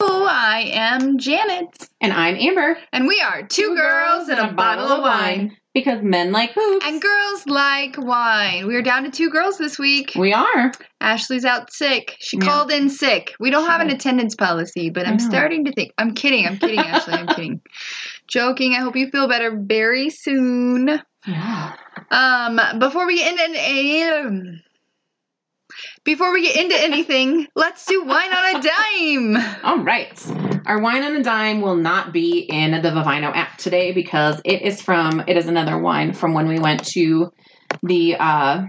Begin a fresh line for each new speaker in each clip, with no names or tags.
Hello, I am Janet,
And I'm Amber.
and we are two
Because men like hoops.
And girls like wine. We are down to two girls this week.
we are.
Ashley's out sick. She
Yeah.
called in sick. We don't have an attendance policy, but
I
I'm
know.
starting to think. I'm kidding. I'm kidding, Ashley. I'm kidding. Joking. I hope you feel better very soon.
Yeah.
Um, before we get into um, before we get into anything, let's do wine on a dime.
All right. Our wine on a dime will not be in the Vivino app today because it is from, it is another wine from when we went to the, uh,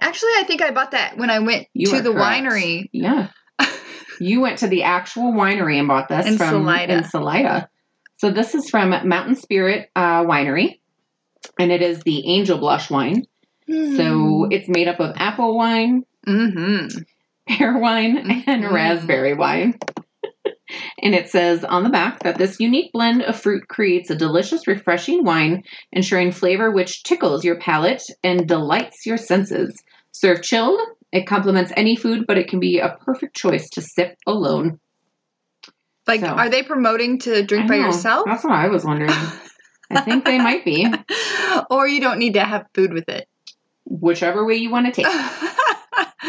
Actually, I think I bought that when I went
You
to
are
the
correct.
winery.
Yeah. you went to the actual winery and bought this
In
from
Salida.
in Salida. So this is from Mountain Spirit uh, Winery, and it is the Angel Blush wine.
Mm.
So it's made up of apple wine,
mm-hmm.
pear wine, and
Mhm.
raspberry wine. and it says on the back that this unique blend of fruit creates a delicious, refreshing wine, ensuring flavor which tickles your palate and delights your senses. Served chilled, it complements any food, but it can be a perfect choice to sip alone.
like,
so-
are they promoting to drink
I
by
know,
yourself?
That's what I was wondering. I think they might be.
or you don't need to have food with it.
Whichever way you want to take. it.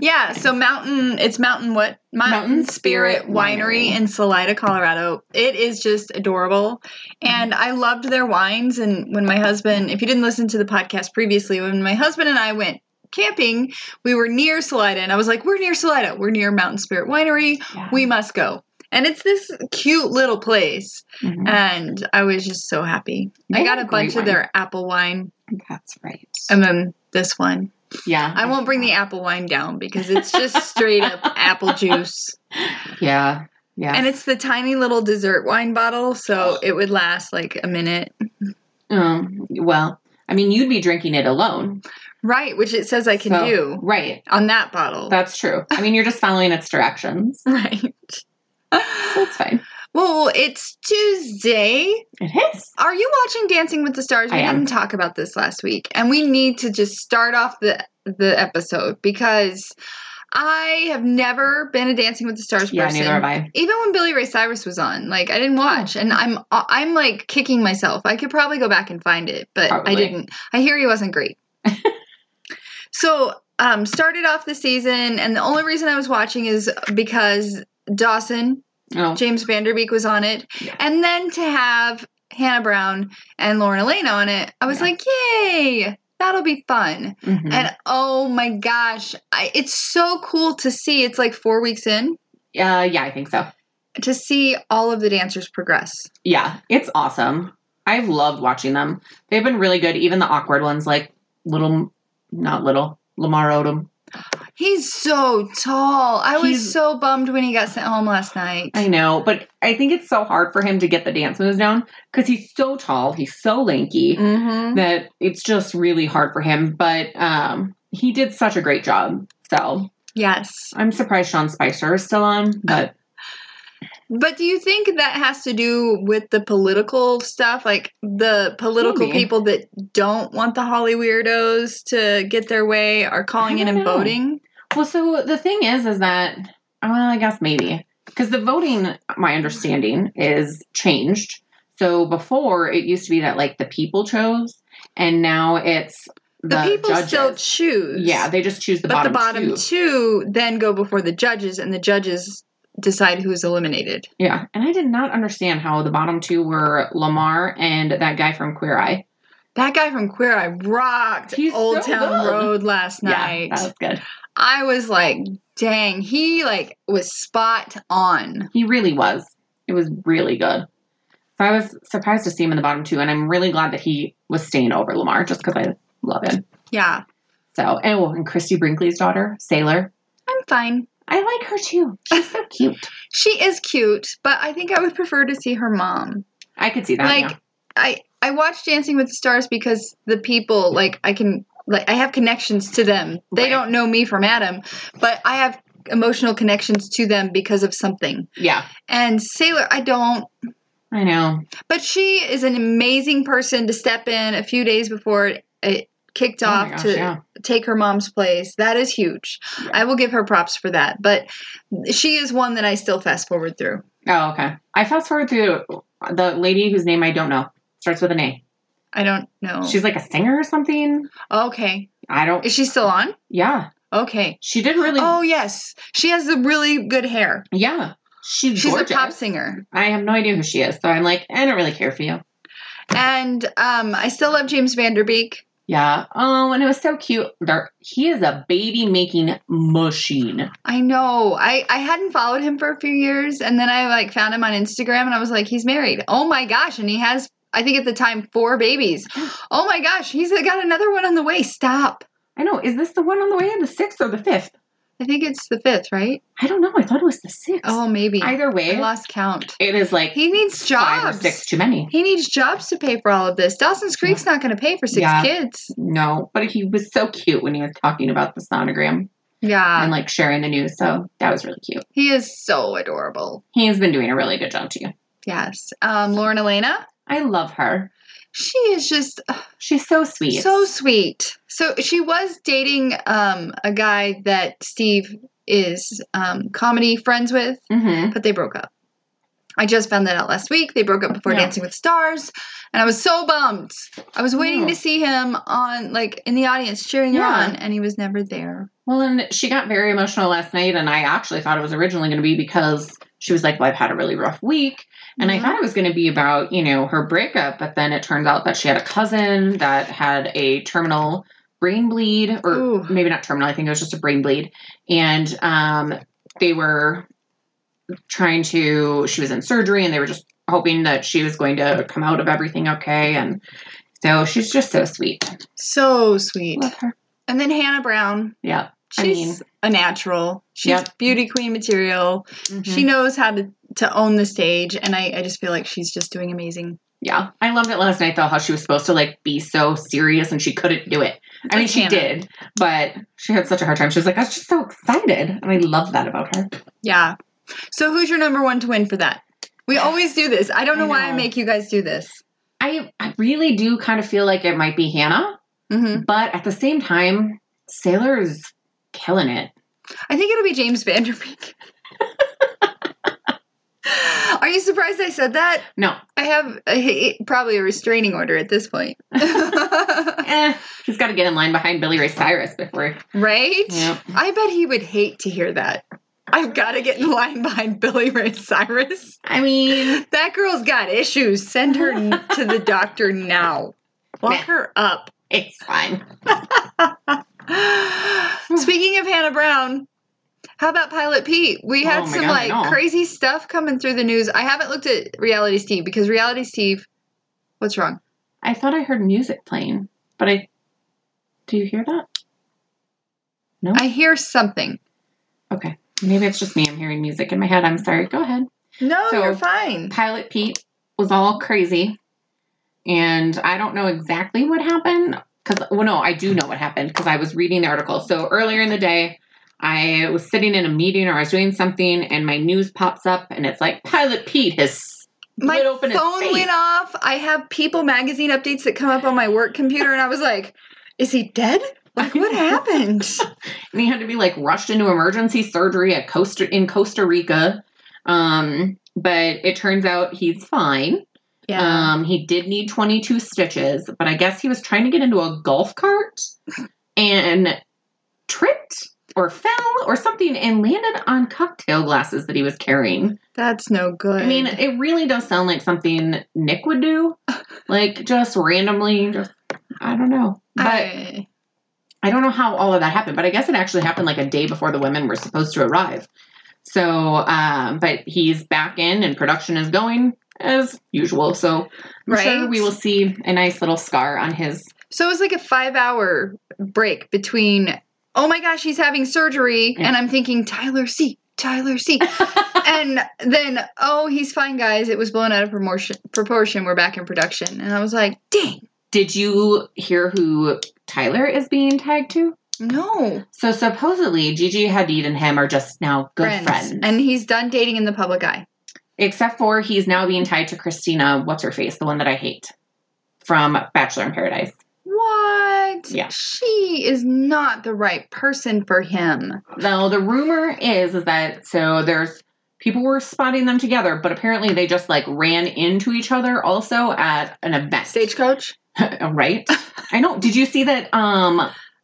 yeah, so mountain it's mountain what? Mountain,
Mountain
Spirit,
Spirit
Winery
Winery.
in Salida, Colorado. It is just adorable. And I loved their wines and when my husband, if you didn't listen to the podcast previously, when my husband and I went camping, we were near Salida and I was like, "We're near Salida. We're near Mountain Spirit Winery.
Yeah.
We must go." And it's this cute little place
Mhm.
Uh, and I was just so happy. I
They
got a
have great
bunch of their apple wine
wine. That's right.
and then this one.
yeah.
um, I won't bring the apple wine down because it's just straight up apple juice.
Yeah. Yeah.
And it's the tiny little dessert wine bottle, so it would last like a minute.
Um, well, I mean, you'd be drinking it alone.
Right, which it says I can
So-
do
Right.
on that bottle.
That's true. I mean, you're just following its directions.
right.
So it's fine.
well, it's Tuesday.
It is.
Are you watching Dancing with the Stars? We
I am.
didn't talk about this last week, and we need to just start off the the episode because I have never been a Dancing with the Stars
Yeah,
person.
neither have I.
even when Billy Ray Cyrus was on, like I didn't watch, and I'm I'm like kicking myself. I could probably go back and find it, but I
Probably.
didn't. I hear he wasn't great. so um, started off the season, and the only reason I was watching is because Dawson
Oh,
James Vanderbeek was on it,
Yeah.
and then to have Hannah Brown and Lauren Elena on it, I was
Yeah.
like, yay! That'll be fun.
mhm.
And oh my gosh, I, it's so cool to see. It's like four weeks in
Uh, yeah, I think so.
to see all of the dancers progress.
Yeah, it's awesome. I've loved watching them. They've been really good, even the awkward ones, like little, not little, Lamar Odom.
He's so tall. I was
He's-
so bummed when he got sent home last night.
I know, but I think it's so hard for him to get the dance moves down because he's so tall, he's so lanky.
Mm-hmm.
that it's just really hard for him. But um, he did such a great job. So
Yes.
I'm surprised Sean Spicer is still on. But
But do you think that has to do with the political stuff? Like the political
Maybe.
people that don't want the Holly weirdos to get their way are calling
I
in
don't
and
know.
voting?
well, so the thing is, is that well, I guess maybe because the voting, my understanding is changed. So before it used to be that like the people chose, and now it's the,
The, people
judges.
still choose.
yeah, they just choose the
but
bottom,
the bottom
two.
two then go before the judges, and the judges decide who's eliminated.
Yeah, and I did not understand how the bottom two were Lamar and that guy from Queer Eye.
That guy from Queer Eye rocked
He's
Old
so
Town
good.
Road last night.
Yeah, Uh, that was good.
I was like, dang, he like was spot on.
He really was. It was really good. So I was surprised to see him in the bottom two, and I'm really glad that he was staying over Lamar just because I love him.
Yeah,
So, oh, and Christy Brinkley's daughter, Sailor.
I'm fine.
I like her too. She's so cute.
She is cute, but I think I would prefer to see her mom.
I could see that.
like
yeah.
I I watch Dancing with the Stars because the people like I can like I have connections to them. They
Right.
don't know me from Adam, but I have emotional connections to them because of something.
yeah,
And Sailor, I don't.
I know.
But she is an amazing person to step in a few days before it, it kicked
Oh my
off
gosh,
to
yeah.
take her mom's place. That is huge.
Yeah.
I will give her props for that. But she is one that I still fast forward through.
Oh, okay. I fast forward through the lady whose name I don't know. Starts with an A.
I don't know.
She's like a singer or something.
okay.
I don't.
Is she still on?
Yeah,
Okay.
she did really.
Oh yes, she has the really good hair.
yeah, she's,
She's
gorgeous.
a pop singer,
I have no idea who she is, so I'm like, I don't really care for you.
and um, I still love James Vanderbeek.
Yeah. Oh, and it was so cute. There, he is a baby making machine.
I know. I I hadn't followed him for a few years, and then I like found him on Instagram, and I was like, he's married. Oh my gosh, and he has. I think at the time four babies. Oh my gosh, he's got another one on the way. Stop.
I know. Is this the one on the way? The sixth or the fifth?
I think it's the fifth, right?
I don't know. I thought it was the sixth.
Oh, maybe. I,
Either way,
lost count.
it is like
He needs jobs.
five or six too many.
He needs jobs to pay for all of this. Dawson's Creek's not going to pay for six
Yeah.
kids.
No, but he was so cute when he was talking about the sonogram
Yeah.
and like sharing the news. So that was really cute.
He is so adorable.
He has been doing a really good job too.
Yes. Um, Lauren Elena,
I love her.
she is just ugh,
She's so sweet.
so sweet. So she was dating um, a guy that Steve is um, comedy friends with,
hmm
but they broke up. I just found that out last week. They broke up before
Yeah.
Dancing with Stars, and I was so bummed. I was waiting
Yeah.
to see him on, like, in the audience cheering her
Oh. Yeah.
on, and he was never there.
Well, and she got very emotional last night, and I actually thought it was originally going to be because she was like, "Well, I've had a really rough week," and I
Mhm.
thought it was going to be about you know her breakup, but then it turns out that she had a cousin that had a terminal brain bleed, or
Ooh.
maybe not terminal. I think it was just a brain bleed, and um, they were trying to. She was in surgery, and they were just hoping that she was going to come out of everything okay, and so she's just so sweet.
so sweet.
Love her.
And then Hannah Brown,
Yeah. I
she's
mean-
a natural. She's
Yep.
beauty queen material.
Mm-hmm.
She knows how to, to own the stage, and I, I just feel like she's just doing amazing.
Yeah, I loved it last night though. How she was supposed to like be so serious and she couldn't do it. I mean,
Like
she
Hannah.
did, but she had such a hard time. She was like, "I was just so excited," and I love that about her.
Yeah. So who's your number one to win for that? We always do this. I don't know,
I
why I
know.
make you guys do this.
I I really do kind of feel like it might be Hannah,
hmm
but at the same time, Sailor is killing it.
I think it'll be James Vanderbeek. Are you surprised I said that?
No,
I have a, probably a restraining order at this point. right?
eh, he's got to get in line behind Billy Ray Cyrus before. Yep.
I bet he would hate to hear that. I've got to get in line behind Billy Ray Cyrus.
I mean,
That girl's got issues. Send her n- to the doctor now. Walk
Meh.
her up.
it's fine.
Speaking of Hannah Brown, how about Pilot Pete? We
Oh
had
my
some
God, I
like
know.
crazy stuff coming through the news. I haven't looked at Reality Steve because Reality Steve, what's wrong?
I thought I heard music playing, but I do you hear that?
I hear something.
Okay. Maybe it's just me. I'm hearing music in my head. I'm sorry. Go ahead.
No,
So-
you're fine.
Pilot Pete was all crazy, and I don't know exactly what happened. Because well, no, I do know what happened because I was reading the article. So earlier in the day, I was sitting in a meeting or I was doing something, and my news pops up, and it's like Pilot Pete has
My
split open his
phone
face.
went off. I have People magazine updates that come up on my work computer, and I was like, is he dead? Like, what happened?
Uh, and he had to be like rushed into emergency surgery at Costa in Costa Rica. Um, but it turns out he's fine. Um, he did need 22 stitches, but I guess he was trying to get into a golf cart and tripped or fell or something and landed on cocktail glasses that he was carrying.
That's no good.
I mean, it really does sound like something Nick would do, like just randomly. Just I don't know, but I,
I-
don't know how all of that happened. But I guess it actually happened like a day before the women were supposed to arrive. So, um, but he's back in and production is going as usual. So I'm
right.
sure we will see a nice little scar on his.
So it was like a five hour break between oh my gosh, he's having surgery.
Yeah.
And I'm thinking, Tyler C. Tyler C. and then, oh, he's fine, guys. It was blown out of promotion, proportion. We're back in production. And I was like, dang,
Did you hear who Tyler is being tagged to?
no.
So supposedly Gigi Hadid and him are just now good friends.
And he's done dating in the public eye.
Except for he's now being tied to Christina, what's her face, the one that I hate from Bachelor in Paradise.
What?
Yeah.
She is not the right person for him.
Now the rumor is is that so there's people were spotting them together, but apparently they just like ran into each other also at an event. Oh,
Stagecoach?
right? I know. Did you see that um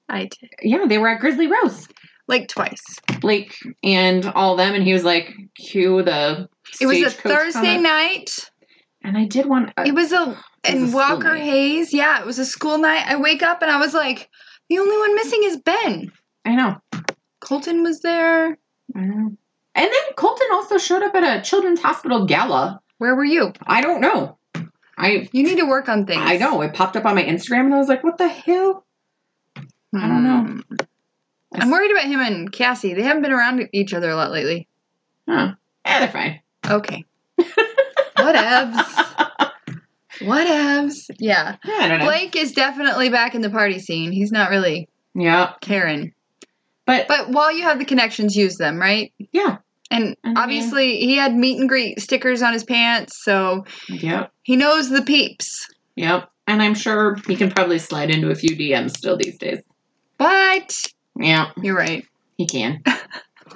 I did.
yeah, they were at Grizzly Rose.
Like twice.
Blake and all them and he was like cue the
It was a
stagecoach
Thursday
comment.
night.
and I did want
It was a
Uh, It was a
and
school
Walker
night.
Hayes. Yeah, it was a school night. I wake up and I was like, the only one missing is Ben.
I know.
Colton was there.
I know. And then Colton also showed up at a children's hospital gala.
Where were you?
I don't know. I
You need to work on things.
I know. It popped up on my Instagram and I was like, what the hell? I don't know.
Hmm. I'm worried about him and Cassie. They haven't been around each other a lot lately.
Eh, they're fine.
Okay. Whatevs. Whatevs. Yeah.
Yeah, I don't know.
Blake is definitely back in the party scene. He's not really
yeah.
Karen.
But,
But while you have the connections, use them, right?
yeah.
And
I mean-
obviously, he had meet and greet stickers on his pants, so
Yep.
he knows the peeps.
Yep. And I'm sure he can probably slide into a few DMs still these days.
But
Yeah,
you're right.
he can.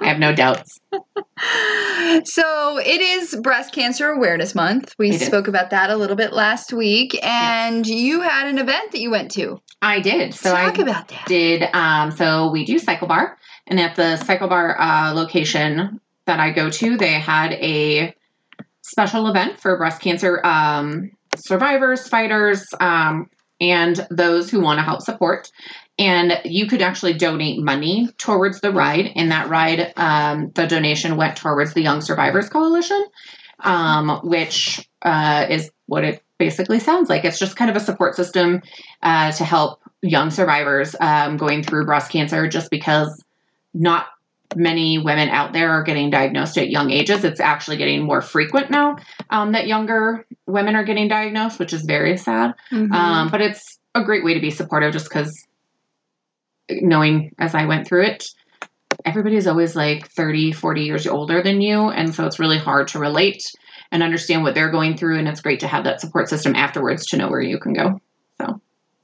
I have no doubts.
So it is Breast Cancer Awareness Month. We
It is.
spoke about that a little bit last week, and you had an event that you went to.
I did. So I
Talk about that.
did um so we do cycle bar and at the cycle bar uh, location that i go to they had a special event for breast cancer um survivors fighters um and those who want to help support and you could actually donate money towards the ride and that ride um, the donation went towards the young survivors coalition um, which uh, is what it basically sounds like it's just kind of a support system uh, to help young survivors um, going through breast cancer just because not many women out there are getting diagnosed at young ages. It's actually getting more frequent now um, that younger women are getting diagnosed, which is very sad.
Mhm.
Um, but it's a great way to be supportive just because knowing as I went through it, everybody's always like 30, 40 years older than you. And so it's really hard to relate and understand what they're going through. And it's great to have that support system afterwards to know where you can go.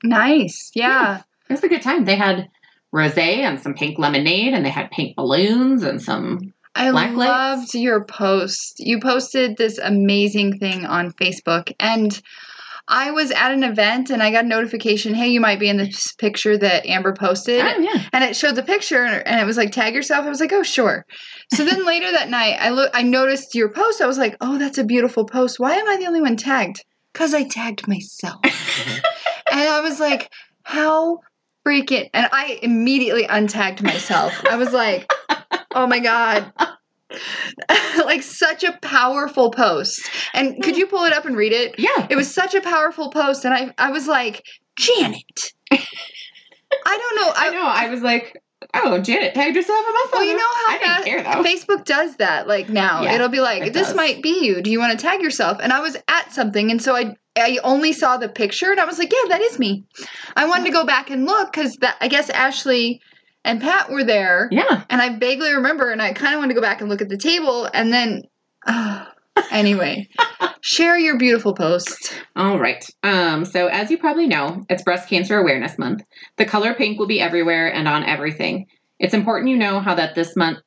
nice. Yeah.
It was a good time. They had rosé and some pink lemonade, and they had pink balloons and some.
I
Black lights.
loved your post. You posted this amazing thing on Facebook and I was at an event and I got a notification, hey, you might be in this picture that Amber posted.
Oh yeah,
and it showed the picture and it was like tag yourself i was like oh sure so then later that night i look i noticed your post i was like oh that's a beautiful post why am i the only one tagged because i tagged myself and i was like how freaking and i immediately untagged myself i was like oh my god like such a powerful post and could you pull it up and read it
yeah.
it was such a powerful post and i, I was like janet i don't know
I know. I was like, oh, Janet tagged herself in my phone.
Well, you know how
I didn't care though.
Facebook does that. Like now,
Yeah,
it'll be like,
it
"This
does.
might be you. Do you want to tag yourself?" And I was at something, and so I I only saw the picture, and I was like, "Yeah, that is me." I wanted to go back and look because that I guess Ashley and Pat were there,
yeah,
and I vaguely remember, and I kind of wanted to go back and look at the table, and then anyway, share your beautiful post.
all right. Um, so as you probably know, it's Breast Cancer Awareness Month. The color pink will be everywhere and on everything. It's important you know how that this month.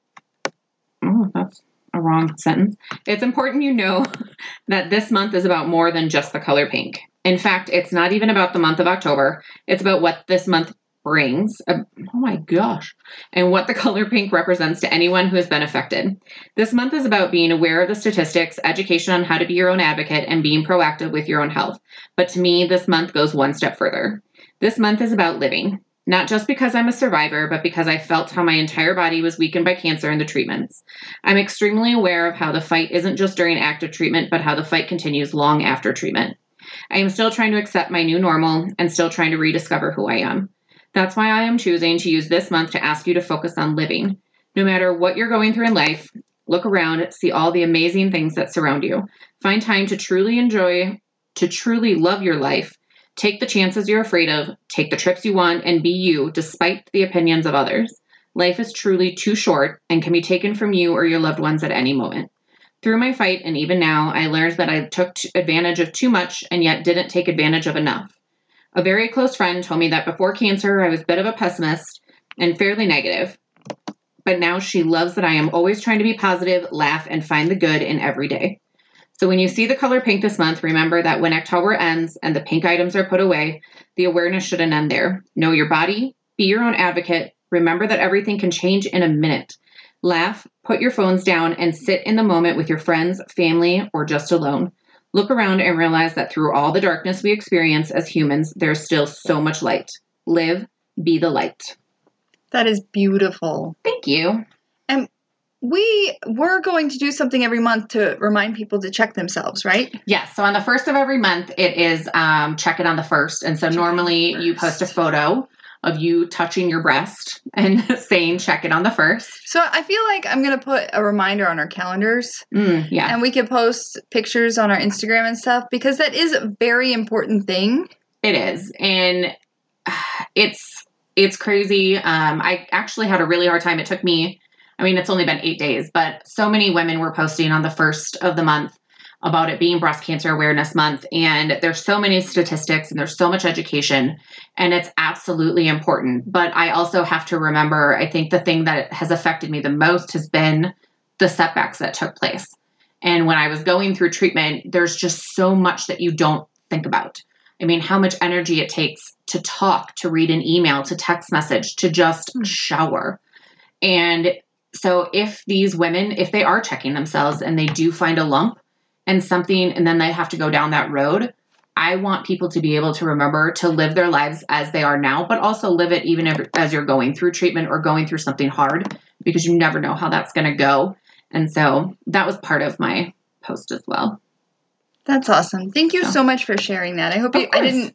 Oh, that's a wrong sentence. It's important you know that this month is about more than just the color pink. In fact, it's not even about the month of October. It's about what this month brings. Uh, oh my gosh. And what the color pink represents to anyone who has been affected. This month is about being aware of the statistics, education on how to be your own advocate, and being proactive with your own health. But to me, this month goes one step further. This month is about living. Not just because I'm a survivor, but because I felt how my entire body was weakened by cancer and the treatments. I'm extremely aware of how the fight isn't just during active treatment, but how the fight continues long after treatment. I am still trying to accept my new normal and still trying to rediscover who I am. That's why I am choosing to use this month to ask you to focus on living. No matter what you're going through in life, look around, see all the amazing things that surround you. Find time to truly enjoy, to truly love your life. Take the chances you're afraid of, take the trips you want, and be you despite the opinions of others. Life is truly too short and can be taken from you or your loved ones at any moment. Through my fight and even now, I learned that I took t- advantage of too much and yet didn't take advantage of enough. A very close friend told me that before cancer, I was a bit of a pessimist and fairly negative. But now she loves that I am always trying to be positive, laugh, and find the good in every day. So when you see the color pink this month, remember that when October ends and the pink items are put away, the awareness shouldn't end there. Know your body, be your own advocate, remember that everything can change in a minute. Laugh, put your phones down, and sit in the moment with your friends, family, or just alone. Look around and realize that through all the darkness we experience as humans, there's still so much light. Live, be the light.
That is beautiful.
Thank you.
We were going to do something every month to remind people to check themselves, right?
Yes, so on the first of every month, it is um, check it on the first. And so
Check it on the
normally you
first.
post a photo of you touching your breast and saying check it on the first.
So I feel like I'm going to put a reminder on our calendars
Mm, yeah.
and we could post pictures on our Instagram and stuff because that is a very important thing.
It is, and uh, it's it's crazy. Um, I actually had a really hard time. It took me. I mean, it's only been eight days, but so many women were posting on the first of the month about it being Breast Cancer Awareness Month, and there's so many statistics and there's so much education, and it's absolutely important. But I also have to remember. I think the thing that has affected me the most has been the setbacks that took place. And when I was going through treatment, there's just so much that you don't think about. I mean, how much energy it takes to talk, to read an email, to text message, to just
Mm.
shower. And so, if these women, if they are checking themselves and they do find a lump and something, and then they have to go down that road, I want people to be able to remember to live their lives as they are now, but also live it even if, as you're going through treatment or going through something hard, because you never know how that's going to go. And so, that was part of my post as well.
That's awesome. Thank you
So.
so much for sharing that. I hope
Of
you, I
course.
didn't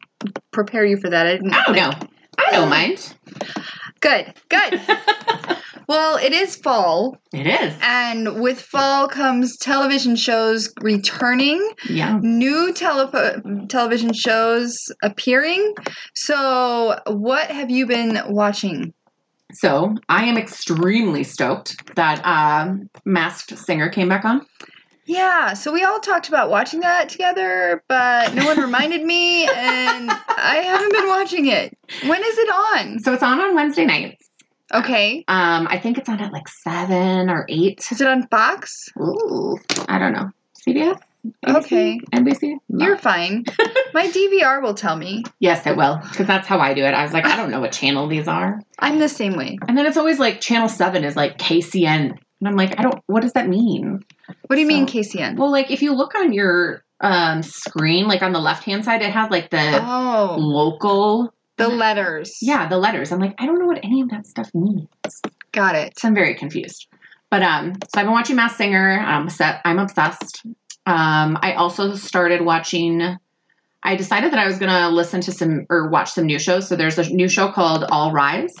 prepare you for that. I didn't.
I don't
like-
know. I don't mind.
Good, good. well, it is fall,
It is.
and with fall comes television shows returning.
Yeah.
new telepo- television shows appearing. So, what have you been watching?
So I am extremely stoked that um, Masked Singer came back on.
Yeah, so we all talked about watching that together, but no one reminded me, and I haven't been watching it. When is it on?
So it's on on Wednesday nights.
Okay,
Um, I think it's on at like seven or eight.
is it on Fox?
Ooh, I don't know. CBS. ABC,
Okay.
NBC. No.
You're fine. My DVR will tell me.
yes, it will because that's how I do it. I was like, I don't know what channel these are,
I'm the same way.
and then it's always like channel seven is like KCN, and I'm like, I don't. What does that mean?
What do you mean,
So-
KCN?
Well, like if you look on your um, screen, like on the left hand side, it has like the
Oh,
local
the letters.
Yeah, the letters. I'm like, I don't know what any of that stuff means.
Got it.
So I'm very confused. But um, so I've been watching Mass Singer. I'm obsessed. I'm obsessed. Um, I also started watching. I decided that I was gonna listen to some or watch some new shows. So there's a new show called All Rise.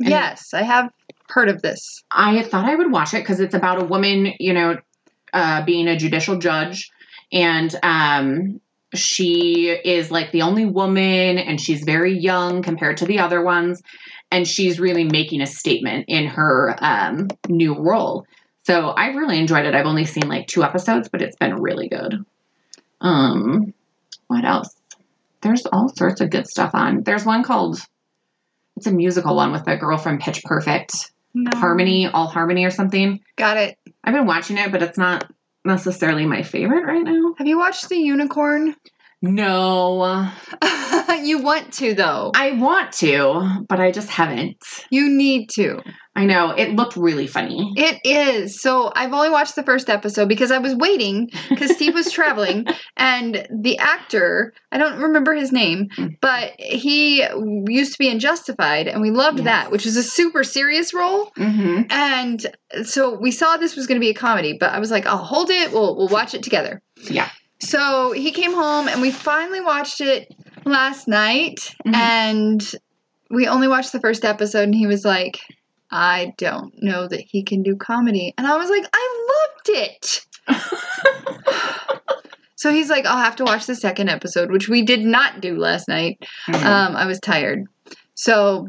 And-
Yes, I have heard of this.
I had thought I would watch it because it's about a woman, you know, uh, being a judicial judge, and um, she is like the only woman, and she's very young compared to the other ones, and she's really making a statement in her um, new role. So I really enjoyed it. I've only seen like two episodes, but it's been really good. Um, what else? There's all sorts of good stuff on. There's one called. It's a musical one with the girl from Pitch Perfect.
No.
Harmony,
Um,
All Harmony or something.
Got it.
I've been watching it, but it's not necessarily my favorite right now.
Have you watched The Unicorn?
No,
you want to, though.
I want to, but I just haven't.
You need to.
I know it looked really funny.
It is. So I've only watched the first episode because I was waiting because Steve was traveling and the actor, I don't remember his name, but he used to be in Justified and we loved
Yes.
that, which was a super serious role. Mm-hmm.
hmm
And so we saw this was going to be a comedy, but I was like, I'll hold it. We'll we'll watch it together.
Yeah.
So he came home and we finally watched it last night
Mhm.
and we only watched the first episode and he was like, I don't know that he can do comedy. And I was like, I loved it. so he's like, I'll have to watch the second episode, which we did not do last night.
Mm-hmm. Uh,
Um, I was tired. So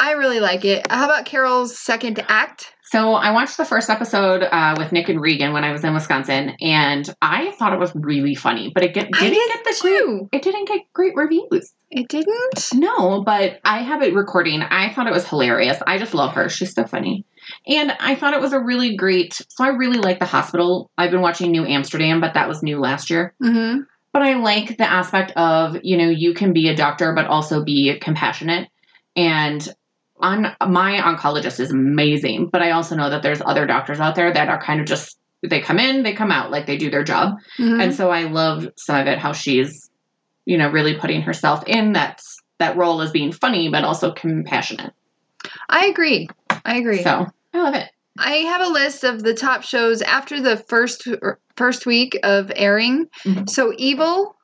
I really like it. How about Carol's second act?
So I watched the first episode uh, with Nick and Regan when I was in Wisconsin, and I thought it was really funny. But it get,
I
didn't
did
get the great,
too.
it didn't get great reviews.
It didn't?
No, but I have it recording. I thought it was hilarious. I just love her. She's so funny. And I thought it was a really great. So I really like the hospital. I've been watching New Amsterdam, but that was new last year.
Mm-hmm.
But I like the aspect of you know you can be a doctor but also be compassionate. And on my oncologist is amazing, but I also know that there's other doctors out there that are kind of just they come in, they come out, like they do their job.
Mhm.
And so I love some of it how she's, you know, really putting herself in that that role as being funny but also compassionate.
I agree. I agree.
So I love it.
I have a list of the top shows after the first er, first week of airing.
Mhm.
So Evil,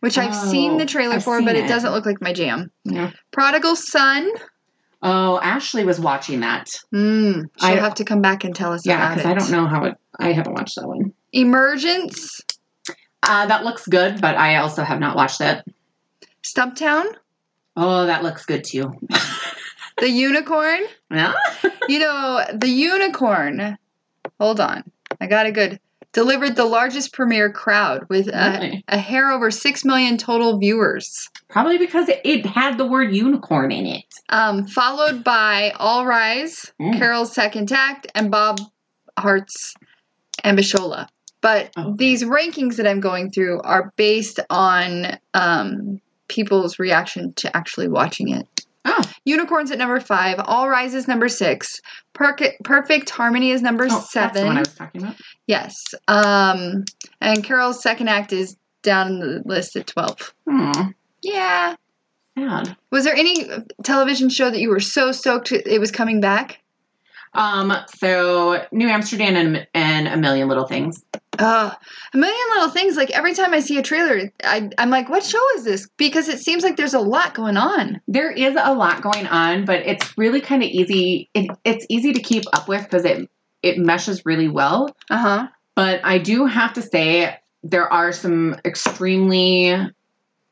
which I've seen
Oh,
the trailer
I've
for, but it.
seen it.
doesn't look like my jam.
Yeah.
Prodigal Son.
Oh, Ashley was watching that.
Mm, she'll
I-
have to come back and tell us
Yeah,
about
because
it.
I don't know how it. I haven't watched that one.
Emergence.
Uh, that looks good, but I also have not watched that.
Stumptown.
Oh, that looks good too.
The Unicorn.
Yeah.
You know, the Unicorn. Hold on. I got it good. Delivered the largest premiere crowd with uh, a,
Really?
a hair over 6 million total viewers.
Probably because it, it had the word unicorn in it.
um, followed by All Rise,
Mm.
Carol's Second Act, and Bob Hart's Ambishola. But
Oh, Okay.
these rankings that I'm going through are based on um, people's reaction to actually watching it.
Oh.
Unicorns at number five, All Rise is number six, Perc- Perfect Harmony is number
Oh,
seven.
That's the one I was talking about.
Yes. Um, and Carol's Second Act is down in the list at 12.
Hmm.
Yeah.
Sad.
Was there any television show that you were so stoked it was coming back?
Um, so New Amsterdam and, and a million little things.
Uh, a million little things. Like every time I see a trailer, I, I'm like, what show is this? Because it seems like there's a lot going on.
There is a lot going on, but it's really kind of easy. It, it's easy to keep up with because it it meshes really well.
Uh huh.
But I do have to say there are some extremely.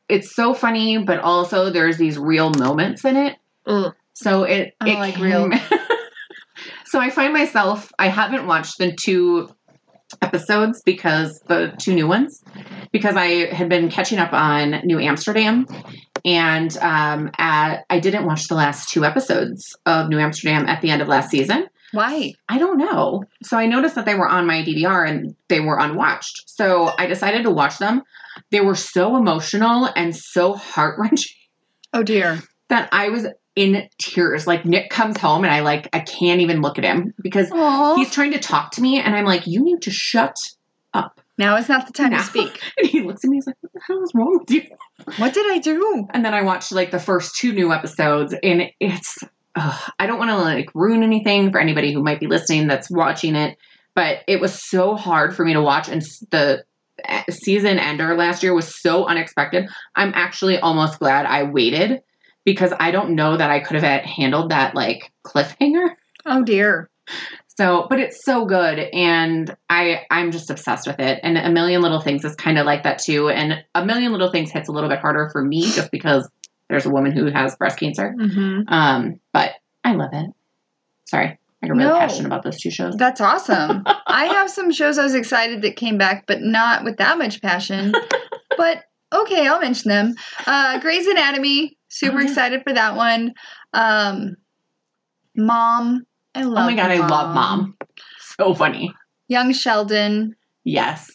It's so funny, but also there's these real moments in it.
Mm.
So it
I don't
it
like
can-
real.
so I find myself I haven't watched the two episodes because the two new ones because I had been catching up on New Amsterdam and um, at, I didn't watch the last two episodes of New Amsterdam at the end of last season.
Why?
I don't know. So I noticed that they were on my DVR and they were unwatched. So I decided to watch them. They were so emotional and so heart wrenching
Oh dear.
that I was in tears. Like Nick comes home and I like I can't even look at him because
Oh.
he's trying to talk to me and I'm like, you need to shut up.
Now is not the time
Now.
to speak.
And he looks at me, he's like, what the hell is wrong with you?
What did I do?
And then I watched like the first two new episodes and it's ugh, I don't want to like ruin anything for anybody who might be listening that's watching it, but it was so hard for me to watch and s- the eh, season ender last year was so unexpected. I'm actually almost glad I waited because I don't know that I could have had- handled that like cliffhanger.
Oh dear.
So, but it's so good, and I I'm just obsessed with it. And a million little things is kind of like that too. And a million little things hits a little bit harder for me just because there's a woman who has breast cancer.
Mm-hmm.
Um, but I love it. Sorry, I got really
No.
passionate about those two shows.
That's awesome. I have some shows I was excited that came back, but not with that much passion. but okay, I'll mention them. Uh, Grey's Anatomy, super
Oh, yeah.
excited for that one. Um, Mom, I
Oh
love.
my god, I love Mom. So funny.
Young Sheldon,
Yes.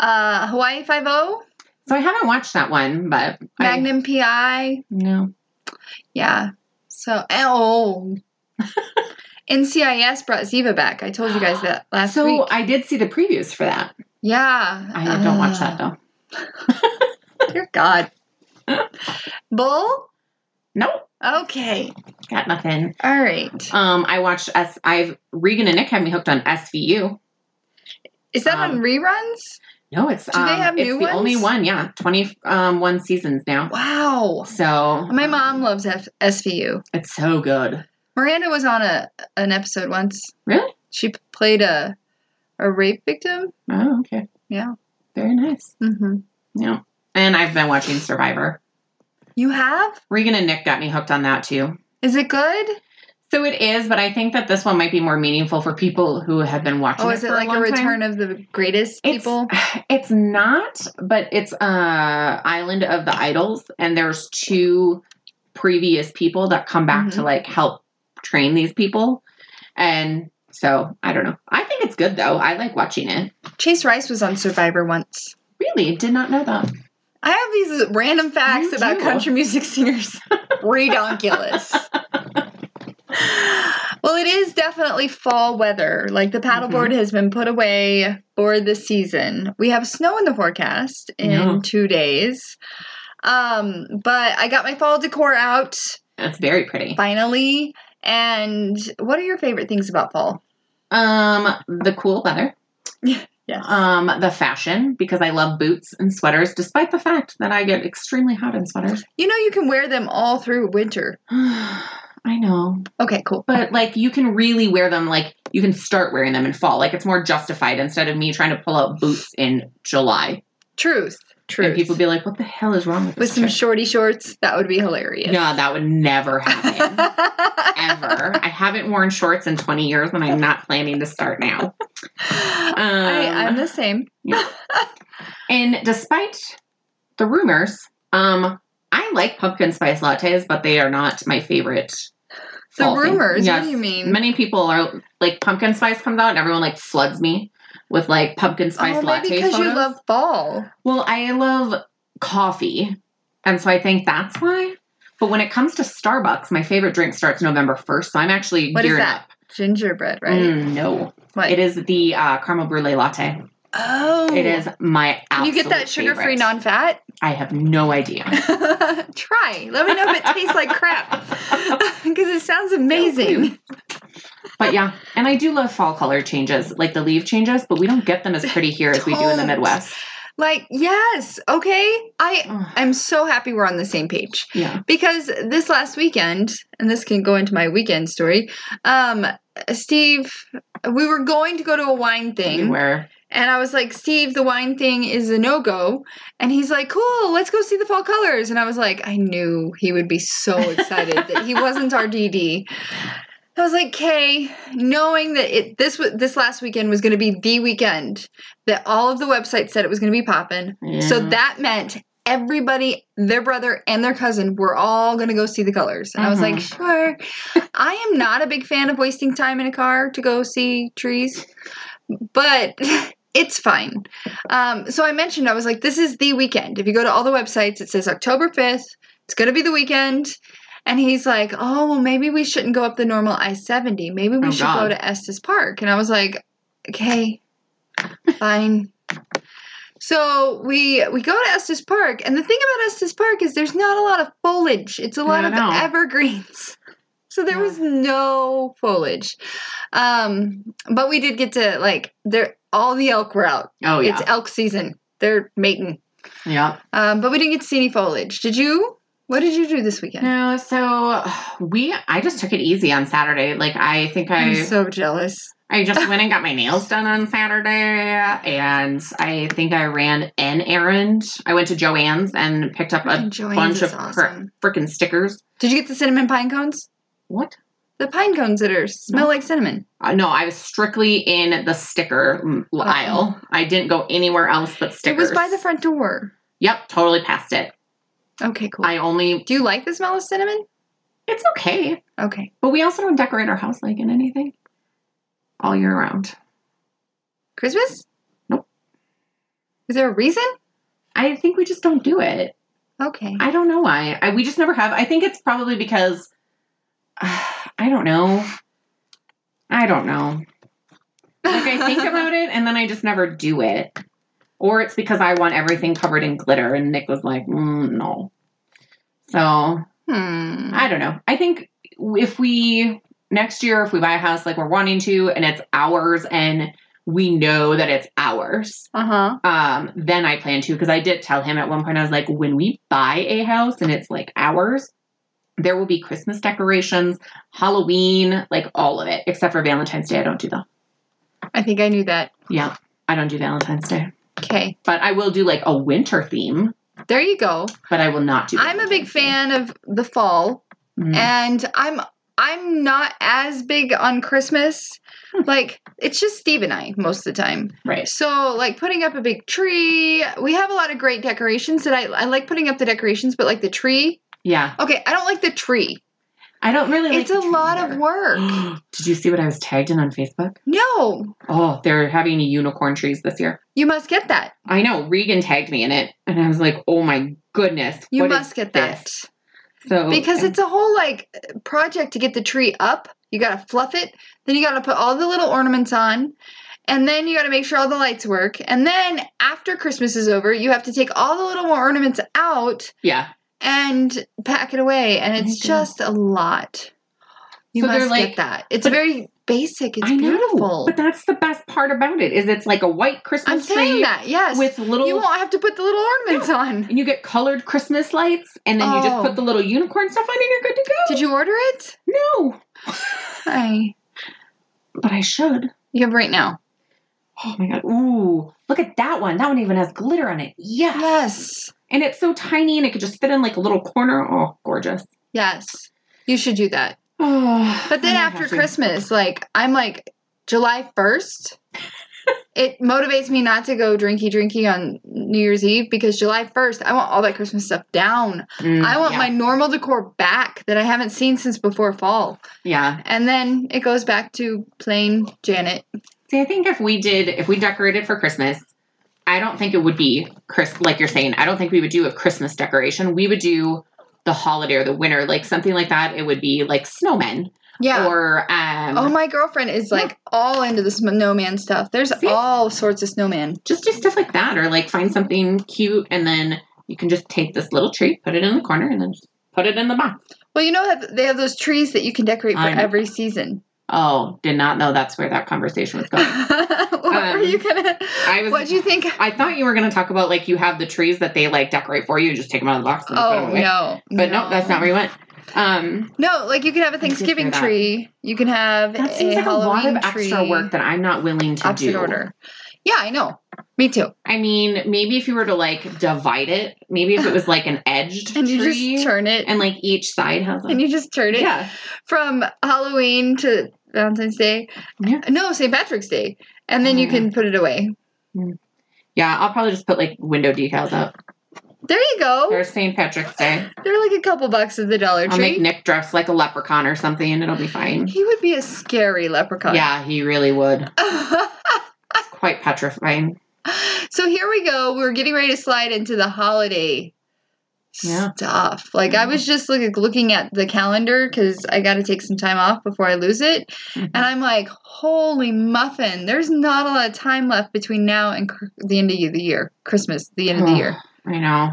uh, Hawaii Five O,
So I haven't watched that one, but I-
Magnum PI,
no.
yeah. So oh, NCIS brought Ziva back. I told you guys that last
so
week. Uh.
I did see the previews for that.
yeah,
I don't watch that though.
though. Dear God, Bull.
Nope,
Okay.
got nothing.
All right.
Um, I watched S. I've Regan and Nick had me hooked on SVU.
Is that
um,
on reruns?
No, it's
Do they
um,
have
it's
new
the only
ones?
one. Yeah, twenty um, one seasons now.
Wow.
So
My mom loves F- SVU.
it's so good.
Miranda was on a an episode once.
Really?
She p- played a a rape victim.
Oh, okay.
Yeah.
Very nice.
Mm-hmm.
Yeah. And I've been watching Survivor.
You have?
Regan and Nick got me hooked on that too.
Is it good?
So it is, but I think that this one might be more meaningful for people who have been watching.
Oh, is it
for
like a,
long time.
return of the greatest
It's-
people?
It's not, but it's uh Island of the Idols, and there's two previous people that come back to like help train these people. And so I don't know. I think it's good though. I like watching it.
Chase Rice was on Survivor once.
Really, did not know that.
I have these random facts
You
about
do.
country music singers. Redonkulous. well, it is definitely fall weather. Like the
Mm-hmm.
paddleboard has been put away for the season. We have snow in the forecast in
Yeah.
two days. Um, but I got my fall decor out
It's very pretty.
finally. And what are your favorite things about fall?
Um, the cool weather.
Yes.
Um, the fashion because I love boots and sweaters, despite the fact that I get extremely hot in sweaters.
You know you can wear them all through winter.
I know,
Okay, cool.
but like you can really wear them. Like you can start wearing them in fall. Like it's more justified instead of me trying to pull out boots in July.
Truth. Truth.
And people be like, "What the hell is wrong with
With
this
some
chick?"
shorty shorts, that would be hilarious.
No, that would never happen. Ever. I haven't worn shorts in 20 years and I'm not planning to start now. Um,
I, I'm the same.
And despite the rumors, um, I like pumpkin spice lattes, but they are not my favorite.
The
fall thing.
rumors. What
Yes.
do you mean?
Many people are like pumpkin spice comes out, and everyone like floods me with like pumpkin spice
oh,
latte
maybe because you
photos.
love fall.
well, I love coffee, and so I think that's why. But when it comes to Starbucks, my favorite drink starts November first, so I'm actually
What is
gearing
that?
up.
Gingerbread, right?
Mm, no,
What?
it is the uh, caramel brulee latte.
Oh,
It is my
Can
absolute
you get that sugar-free
favorite.
non-fat?
I have no idea.
Try. Let me know if it tastes like crap because it sounds amazing.
But yeah, and I do love fall color changes, like the leaf changes, but we don't get them as pretty here as we do in the
Don't.
Midwest.
Like yes, okay. I
Ugh,
I'm so happy we're on the same page.
yeah.
because this last weekend and this can go into my weekend story um steve we were going to go to a wine
We
thing
were.
and i was like steve the wine thing is a no-go and he's like cool let's go see the fall colors and i was like i knew he would be so excited that he wasn't our dd i was like kay knowing that it this wa- this last weekend was going to be the weekend that all of the websites said it was going to be poppin'. So
Yeah.
that meant everybody, their brother and their cousin, were all going to go see the colors. And I was like,
Mhm.
sure. I am not a big fan of wasting time in a car to go see trees, but it's fine. Um, so I mentioned, I was like, this is the weekend. If you go to all the websites, it says October 5th, it's going to be the weekend. And he's like, oh, well, maybe we shouldn't go up the normal I 70. Maybe we
Oh,
should go
God.
to Estes Park. And I was like, okay, fine. So we we go to Estes Park, and the thing about Estes Park is there's not a lot of foliage. It's a lot
I
of
know.
evergreens. So there
Yeah.
was no foliage. Um, but we did get to like there all the elk were out.
oh yeah.
It's elk season. They're mating.
yeah.
Um, but we didn't get to see any foliage. Did you? What did you do this weekend?
No, so we I just took it easy on Saturday. Like I think I
I'm so jealous.
I just went and got my nails done on Saturday and I think I ran an errand. I went to Joanne's and picked up a
Joanne's is
bunch of freaking stickers.
Did you get the cinnamon pine cones?
What?
The pine cones that are smell
No.
like cinnamon.
Uh, no, I was strictly in the sticker mm, aisle. I didn't go anywhere else but stickers.
It was by the front door.
Yep, totally passed it.
Okay, cool.
I only.
Do you like the smell of cinnamon?
It's okay,
Okay.
but we also don't decorate our house like in anything all year round.
Christmas?
Nope.
Is there a reason?
I think we just don't do it.
Okay.
I don't know why. I, we just never have. I think it's probably because uh, I don't know. I don't know. Like I think about it, and then I just never do it. Or it's because I want everything covered in glitter, and Nick was like, mm, "No." So
Hmm.
I don't know. I think if we next year, if we buy a house like we're wanting to, and it's ours, and we know that it's ours.
Uh huh.
Um, then I plan to because I did tell him at one point I was like, when we buy a house and it's like ours, there will be Christmas decorations, Halloween, like all of it, except for Valentine's Day. I don't do that.
I think I knew that.
Yeah, I don't do Valentine's Day,
Okay.
but I will do like a winter theme.
There you go.
But I will not do.
I'm a big
Valentine's Day.
fan of the fall,
Mhm.
and I'm I'm not as big on Christmas.
Hmm.
Like it's just Steve and I most of the time.
Right.
So like putting up a big tree. We have a lot of great decorations that I I like putting up the decorations, but like the tree.
Yeah,
Okay, I don't like the tree.
I don't really. like
It's a
the tree
lot
either.
of work.
Did you see what I was tagged in on Facebook?
No,
Oh, they're having unicorn trees this year.
you must get that.
I know Regan tagged me in it, and I was like, "Oh my goodness,
You
what is
must get that.
this? So
Because
and-
it's a whole like project to get the tree up. You got to fluff it, then you got to put all the little ornaments on, and then you got to make sure all the lights work. And then after Christmas is over, you have to take all the little ornaments out
yeah.
and pack it away, and it's
Mhm.
just a lot. You
So they're
must
like-
get that. It's
but-
very basic. It's
I know,
beautiful.
but that's the best part about it is it's like a white
I'm
Christmas
saying
tree
that. Yes.
with little
you won't have to put the little ornaments on.
and you get colored Christmas lights, and then you just
Oh.
put the little unicorn stuff on, and you're good to go.
Did you order it?
no,
I
but I should.
you have right now.
Oh my god! Ooh, look at that one. That one even has glitter on it. Yeah,
Yes.
and it's so tiny, and it could just fit in like a little corner. Oh, gorgeous.
Yes. You should do that.
Oh,
But then
I
after
have to.
Christmas, like I'm like July 1st, it motivates me not to go drinky drinky on New Year's Eve because July 1st, I want all that Christmas stuff down.
Mm,
I want
yeah.
my normal decor back that I haven't seen since before fall.
yeah.
And then it goes back to plain Janet.
See, I think if we did, if we decorated for Christmas, I don't think it would be Chris, like you're saying. I don't think we would do a Christmas decoration. We would do the holiday or the winter, like something like that. It would be like snowmen
Yeah.
or um,
oh, my girlfriend is like all into the snowman stuff. There's
See?
all sorts of snowman.
just do stuff like that, or like find something cute and then you can just take this little tree, put it in the corner, and then just put it in the box.
Well, you know that they have those trees that you can decorate for
I know.
every season.
Oh, did not know that's where that conversation was going.
what were
Um,
you gonna?
I was-
What do you think?
I thought you were going to talk about like you have the trees that they like decorate for you, just take them out of the box. And put
Oh
them away.
no!
But no, that's not where you went. Um,
No, like you can have a
did hear
Thanksgiving
that.
tree. You can have
That
a
seems like
Halloween
a lot of
tree.
extra work that I'm not willing to
opposite
do.
order. Yeah, I know. Me too.
I mean, maybe if you were to like divide it, maybe if it was like an edged
And you
tree,
just turn it,
and like each side has a
and you just turn it
yeah,
from Halloween to Valentine's Day.
Yeah.
No, St. Patrick's Day, and then you
Mhm.
can put it away.
yeah. I'll probably just put like window decals up.
There you go.
There's St. Patrick's Day.
They're like Oh. a couple bucks at the Dollar
I'll make
Tree.
Nick dress like a leprechaun or something, and it'll be fine.
He would be a scary leprechaun.
Yeah, he really would. It's quite petrifying.
So here we go. We're getting ready to slide into the holiday
Yeah.
stuff. Like I was just like looking at the calendar because I got to take some time off before I lose it,
Mhm.
and I'm like, holy muffin! There's not a lot of time left between now and cr- the end of the year, Christmas, the end of the year.
I know.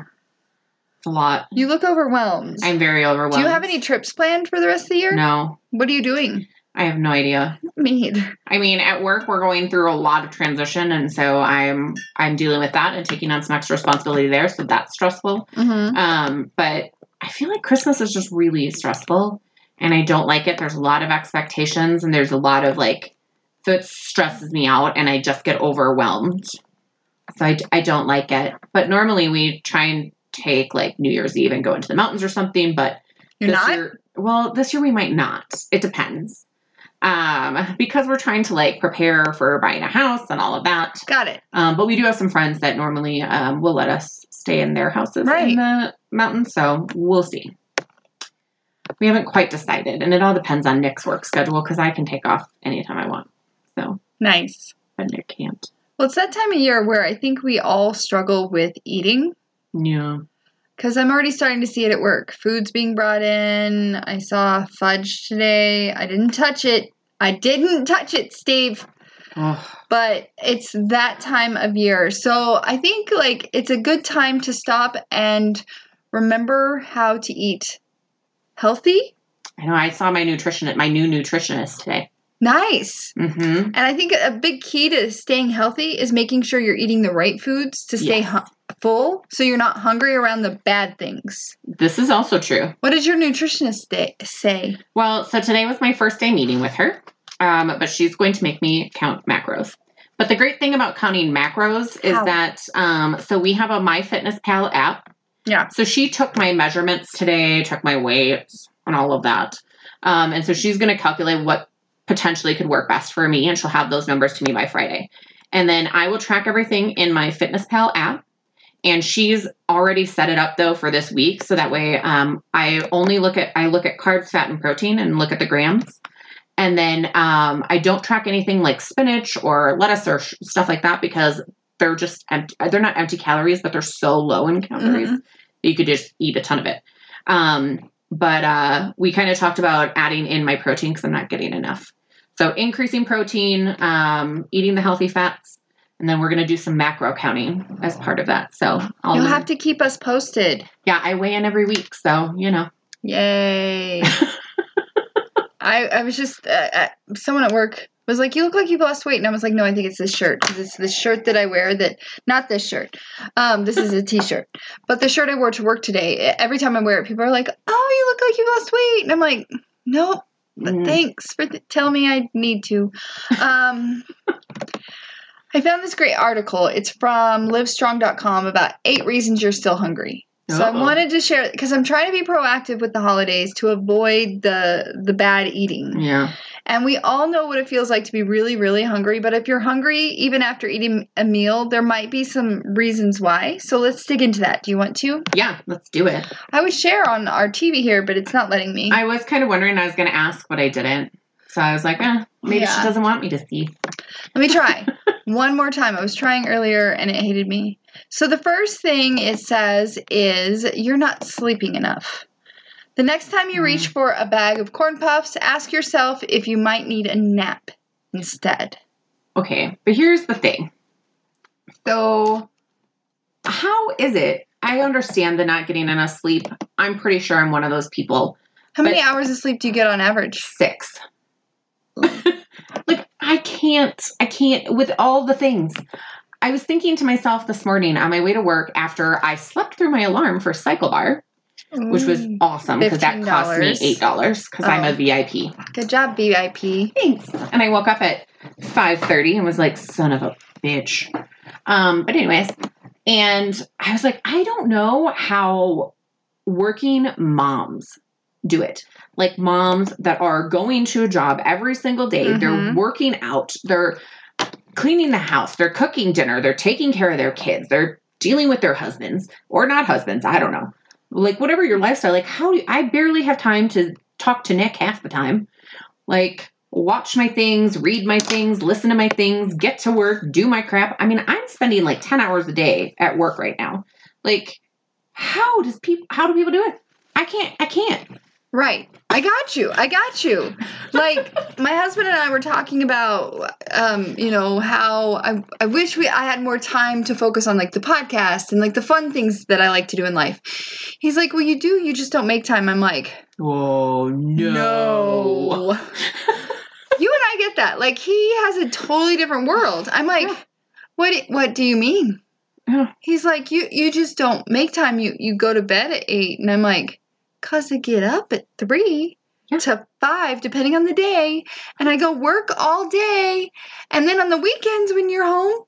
It's a lot.
You look overwhelmed.
I'm very overwhelmed.
Do you have any trips planned for the rest of the year?
No,
What are you doing?
I have no idea.
Me either.
I mean, at work we're going through a lot of transition, and so I'm I'm dealing with that and taking on some extra responsibility there. So that's stressful.
Mm-hmm.
Um, but I feel like Christmas is just really stressful, and I don't like it. There's a lot of expectations, and there's a lot of like, so it stresses me out, and I just get overwhelmed. So I d- I don't like it. But normally we try and take like New Year's Eve and go into the mountains or something, but
You're
this
not.
year well this year we might not it depends um because we're trying to like prepare for buying a house and all of that
Got it.
um but we do have some friends that normally um will let us stay in their houses
Right.
in the mountains so we'll see we haven't quite decided and it all depends on nick's work schedule because i can take off anytime i want so
Nice.
but nick can't
Well, it's that time of year where I think we all struggle with eating.
no
Because I'm already starting to see it at work. Food's being brought in. I saw fudge today. I didn't touch it. I didn't touch it, Steve.
Ugh.
But it's that time of year. So I think like it's a good time to stop and remember how to eat healthy.
i know i saw my nutritionist my new nutritionist today
Nice.
Mm-hmm.
And I think a big key to staying healthy is making sure you're eating the right foods to stay
Yes.
hu- full so you're not hungry around the bad things.
This is also true.
What did your nutritionist day- say?
Well, so today was my first day meeting with her, um, but she's going to make me count macros. But the great thing about counting macros is
How?
that um, so we have a MyFitnessPal app.
Yeah.
So she took my measurements today, took my weights, and all of that, um, and so she's going to calculate what potentially could work best for me, and she'll have those numbers to me by Friday, and then I will track everything in my FitnessPal app. and she's already set it up though for this week so that way um, i only look at i look at carbs fat and protein and look at the grams and then um, i don't track anything like spinach or lettuce or sh- stuff like that because they're just empty they're not empty calories but they're so low in calories that you could just eat a ton of it um, but uh, we kind of talked about adding in my protein because i'm not getting enough so increasing protein um, eating the healthy fats and then we're going to do some macro counting as part of that so I'll
You'll
learn-
have to keep us posted.
yeah, I weigh in every week, so you know.
Yay. I, I was just, uh, uh, someone at work was like, You look like you've lost weight. And I was like, No, I think it's this shirt. 'cause it's this shirt that I wear that, not this shirt. Um, this is a t shirt. But the shirt I wore to work today, e- every time I wear it, people are like, Oh, you look like you've lost weight. And I'm like, No, but
Mm.
thanks for th- telling me I need to. Um, I found this great article. It's from livestrong.com about eight reasons you're still hungry. So I
Uh-oh.
wanted to share because I'm trying to be proactive with the holidays to avoid the the bad eating.
Yeah.
And we all know what it feels like to be really really hungry, but if you're hungry even after eating a meal, there might be some reasons why. So let's dig into that. Do you want to?
Yeah, let's do it.
I would share on our TV here, but it's not letting me.
I was kind of wondering I was gonna ask, but I didn't. So I was like, eh, maybe
Yeah.
she doesn't want me to see.
Let me try one more time. I was trying earlier and it hated me. So, the first thing it says is you're not sleeping enough. The next time you
Mm.
reach for a bag of corn puffs, ask yourself if you might need a nap instead.
Okay, but here's the thing. So how is it? I understand the not getting enough sleep. I'm pretty sure I'm one of those people.
How many
But-
hours of sleep do you get on average?
Six. like I can't I can't with all the things. I was thinking to myself this morning on my way to work after I slept through my alarm for Cycle Bar. which was
Mm.
awesome because that cost me
$15.
eight dollars because I'm
Oh.
a VIP.
good job, BIP.
Thanks. And I woke up at five thirty and was like, "Son of a bitch." Um, but anyways, and I was like, I don't know how working moms do it. Like moms that are going to a job every single day, they're
Mhm.
working out, they're cleaning the house, they're cooking dinner, they're taking care of their kids, they're dealing with their husbands or not husbands, I don't know. Like whatever your lifestyle, like how do I barely have time to talk to Nick half the time. Like watch my things, read my things, listen to my things, get to work, do my crap. I mean, I'm spending like 10 hours a day at work right now. Like how does people how do people do it? I can't I can't.
Right. I got you. I got you. Like my husband and I were talking about um, you know, how I I wish we I had more time to focus on like the podcast and like the fun things that I like to do in life. He's like, "Well, you do, you just don't make time." I'm like,
Oh
"No." you and I get that. Like he has a totally different world. I'm like,
Yeah.
"What what do you mean?"
Yeah.
He's like, "You you just don't make time. You you go to bed at 8." And I'm like, "Cuz I get up at 3
Yeah.
to 5 depending on the day, and I go work all day, and then on the weekends when you're home,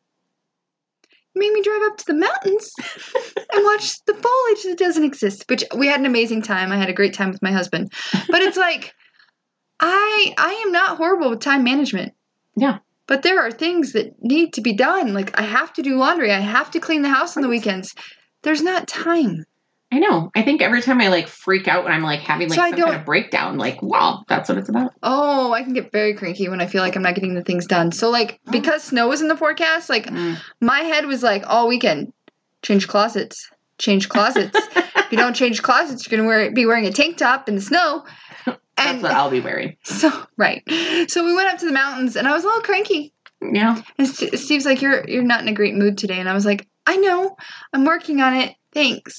you make me drive up to the mountains and watch the foliage that doesn't exist." Which we had an amazing time. I had a great time with my husband. But it's like I I am not horrible with time management.
Yeah.
But there are things that need to be done. Like I have to do laundry. I have to clean the house on the weekends. There's not time.
I know. I think every time I like freak out when I'm like having like
So I
some kind
don't-
of breakdown, like, wow, that's what it's about.
Oh, I can get very cranky when I feel like I'm not getting the things done. So like
Oh.
because snow was in the forecast, like
Mm.
my head was like all weekend, change closets, change closets. if you don't change closets, you're gonna wear be wearing a tank top in the snow.
That's
And
what I'll be wearing.
so right. So we went up to the mountains and I was a little cranky.
Yeah.
And St- Steve's like, "You're you're not in a great mood today," and I was like, "I know, I'm working on it. Thanks."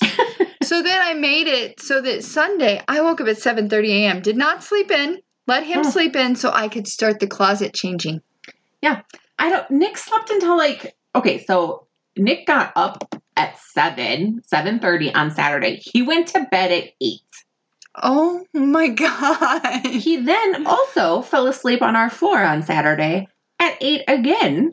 so then I made it so that Sunday I woke up at 7:30 a.m. Did not sleep in. Let him
Hmm.
sleep in so I could start the closet changing.
I don't. Nick slept until like okay. So Nick got up at seven seven thirty on Saturday. He went to bed at eight.
Oh my god.
He then also fell asleep on our floor on Saturday at eight again,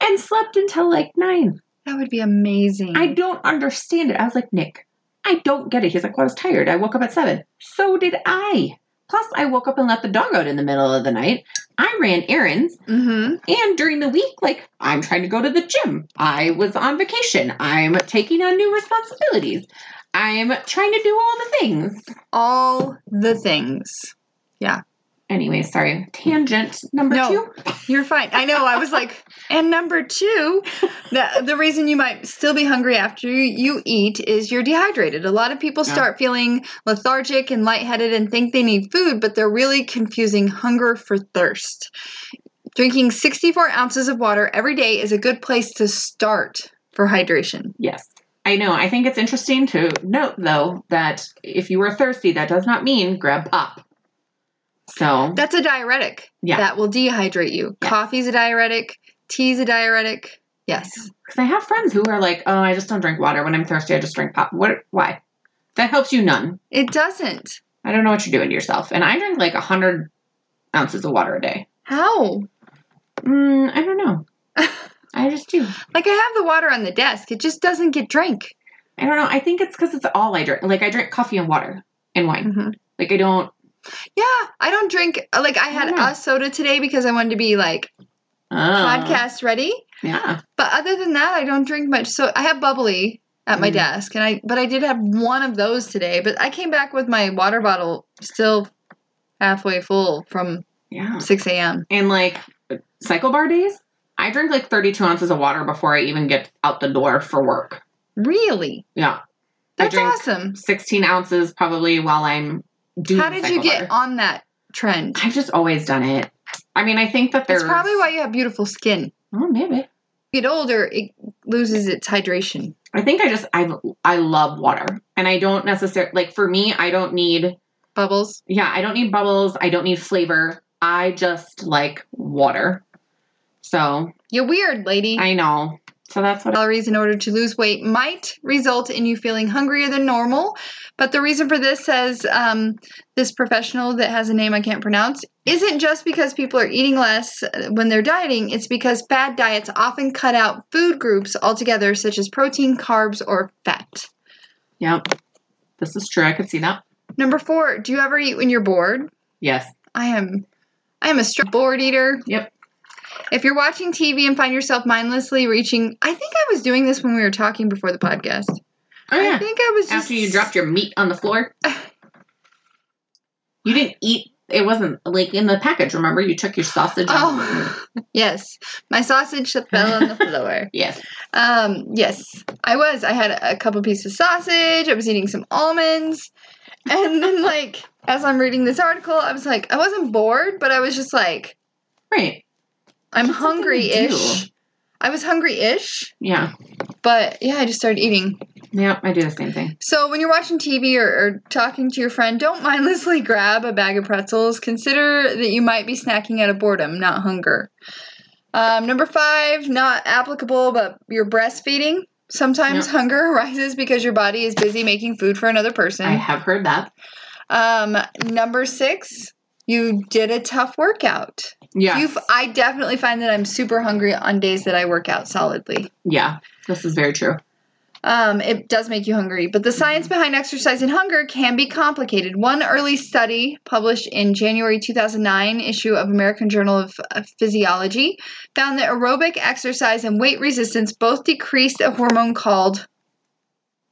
and slept until like nine.
That would be amazing.
I don't understand it. I was like Nick, I don't get it. He's like, well, I was tired. I woke up at seven. So did I. Plus, I woke up and let the dog out in the middle of the night. I ran errands.
mm-hmm.
And during the week, like I'm trying to go to the gym, I was on vacation, I'm taking on new responsibilities, I'm trying to do all the things.
All the things.
Anyway, sorry, tangent number
No.
two.
You're fine. I know. I was like, and number two, the, the reason you might still be hungry after you eat is you're dehydrated. A lot of people
Yeah.
start feeling lethargic and lightheaded and think they need food, but they're really confusing hunger for thirst. Drinking 64 ounces of water every day is a good place to start for hydration.
Yes, I know. I think it's interesting to note though that if you were thirsty, that does not mean grab pop. So
That's a diuretic.
Yeah.
That will dehydrate you.
Yes.
Coffee's a diuretic, tea's a diuretic. Yes.
because I have friends who are like, oh, I just don't drink water when I'm thirsty. I just drink pop. What? Why? That helps you none.
It doesn't.
I don't know what you're doing to yourself. And I drink like hundred ounces of water a day.
How?
Mm, I don't know. I just do.
Like I have the water on the desk. It just doesn't get drank.
I don't know. I think it's because it's all I drink. Like I drink coffee and water and wine. Like I don't.
Yeah, I don't drink. Like I had
Yeah.
a soda today because I wanted to be like
Uh,
podcast ready.
Yeah.
But other than that, I don't drink much. So I have bubbly at my
Mm.
desk, and I but I did have one of those today. But I came back with my water bottle still halfway full from
Yeah.
six a.m.
And like cycle bar days, I drink like 32 ounces of water before I even get out the door for work.
Really,
Yeah. I
that's
drink
awesome.
16 ounces probably while I'm doing.
How did you
cycle
get
bar.
on that trend?
I've just always done it. I mean, I think that there's
That's probably why you have beautiful skin.
Oh, maybe.
Get older, it loses its hydration.
I think I just I I love water, and I don't necessarily like for me. I don't need
Bubbles.
Yeah, I don't need bubbles. I don't need flavor. I just like water. So
You're weird, lady.
I know. So that's what.
calories in order to lose weight might result in you feeling hungrier than normal. But the reason for this, says um, this professional that has a name I can't pronounce, isn't just because people are eating less uh, when they're dieting, it's because bad diets often cut out food groups altogether, such as protein, carbs, or fat.
Yep. This is true. I could see that.
Number four, do you ever eat when you're bored?
Yes.
I am. I am a str- bored eater.
Yep.
If you're watching TV and find yourself mindlessly reaching, I think I was doing this when we were talking before the podcast.
Oh
I
yeah.
think I was just
After you dropped your meat on the floor, you didn't eat. It wasn't like in the package. Remember, you took your sausage. out.
Oh, yes. My sausage fell on the floor.
Yes.
Um, yes, I was. I had a couple pieces of sausage. I was eating some almonds. And then, like, as I'm reading this article, I was like, I wasn't bored, but I was just like,
Right.
I'm
Just something to
hungry
do.
ish. I was hungry ish,
Yeah.
but yeah, I just started eating.
Yep. I do the same thing.
So, when you're watching TV or, or talking to your friend, don't mindlessly grab a bag of pretzels. Consider that you might be snacking out of boredom, not hunger. Um, number five, not applicable, but you're breastfeeding. Sometimes hunger arises because your body is busy making food for another person.
I have heard that.
Um, number six, you did a tough workout.
Yeah.
You've, I definitely find that I'm super hungry on days that I work out solidly.
yeah. This is very true.
Um, it does make you hungry, but the science
Mm-hmm.
behind exercise and hunger can be complicated. One early study published in January 2009 issue of American Journal of uh, Physiology found that aerobic exercise and weight resistance both decreased a hormone called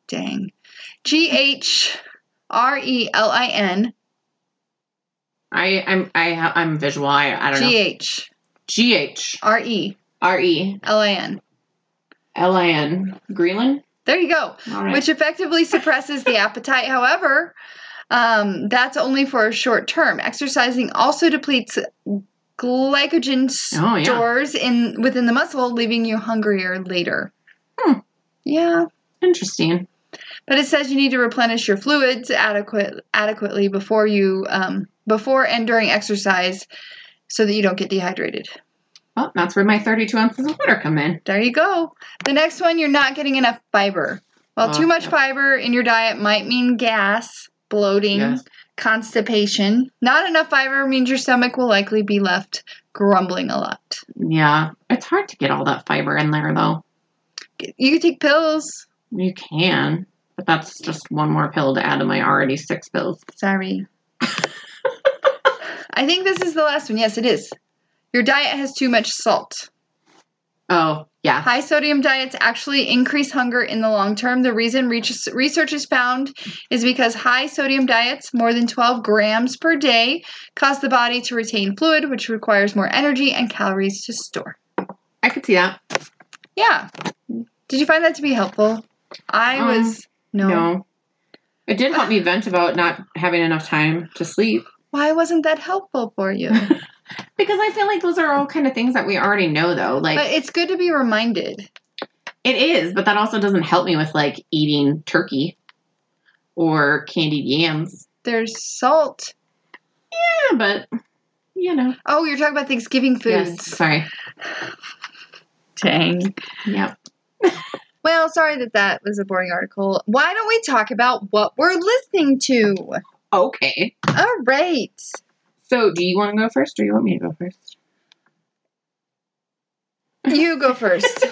dang G H R E L I N
I I'm I ha- I'm visual. I I don't
G
know.
H
G H
R E
R E
L I N.
L I N Greenland.
There you go.
All right.
which effectively suppresses the appetite. However, um, that's only for a short term. Exercising also depletes glycogen
Oh, yeah.
stores in within the muscle, leaving you hungrier later.
Hmm.
Yeah,
Interesting.
But it says you need to replenish your fluids adequate adequately before you um, before and during exercise, so that you don't get dehydrated.
Well, Oh, that's where my 32 ounces of water come in.
There you go. The next one, you're not getting enough fiber. Well,
Oh,
too much
yeah.
fiber in your diet might mean gas, bloating,
Yes.
constipation. Not enough fiber means your stomach will likely be left grumbling a lot.
Yeah, it's hard to get all that fiber in there though.
You can take pills.
You can, but that's just one more pill to add to my already six pills.
Sorry. I think this is the last one. Yes, it is. Your diet has too much salt.
Oh, yeah.
High sodium diets actually increase hunger in the long term. The reason reach- research has found is because high sodium diets, more than 12 grams per day, cause the body to retain fluid, which requires more energy and calories to store.
I could see that.
Yeah. Did you find that to be helpful? I
Um,
was. No.
No. It did help me vent about not having enough time to sleep
Why wasn't that helpful for you?
because I feel like those are all kind of things that we already know though. Like
but it's good to be reminded.
It is, but that also doesn't help me with like eating turkey or candied yams.
There's salt.
Yeah, but you know,
Oh, you're talking about Thanksgiving
yes.
foods.
Sorry.
Dang.
Yep.
Well, sorry that that was a boring article. Why don't we talk about what we're listening to?
Okay.
All right.
So, do you want to go first, or you want me to go first?
You go first.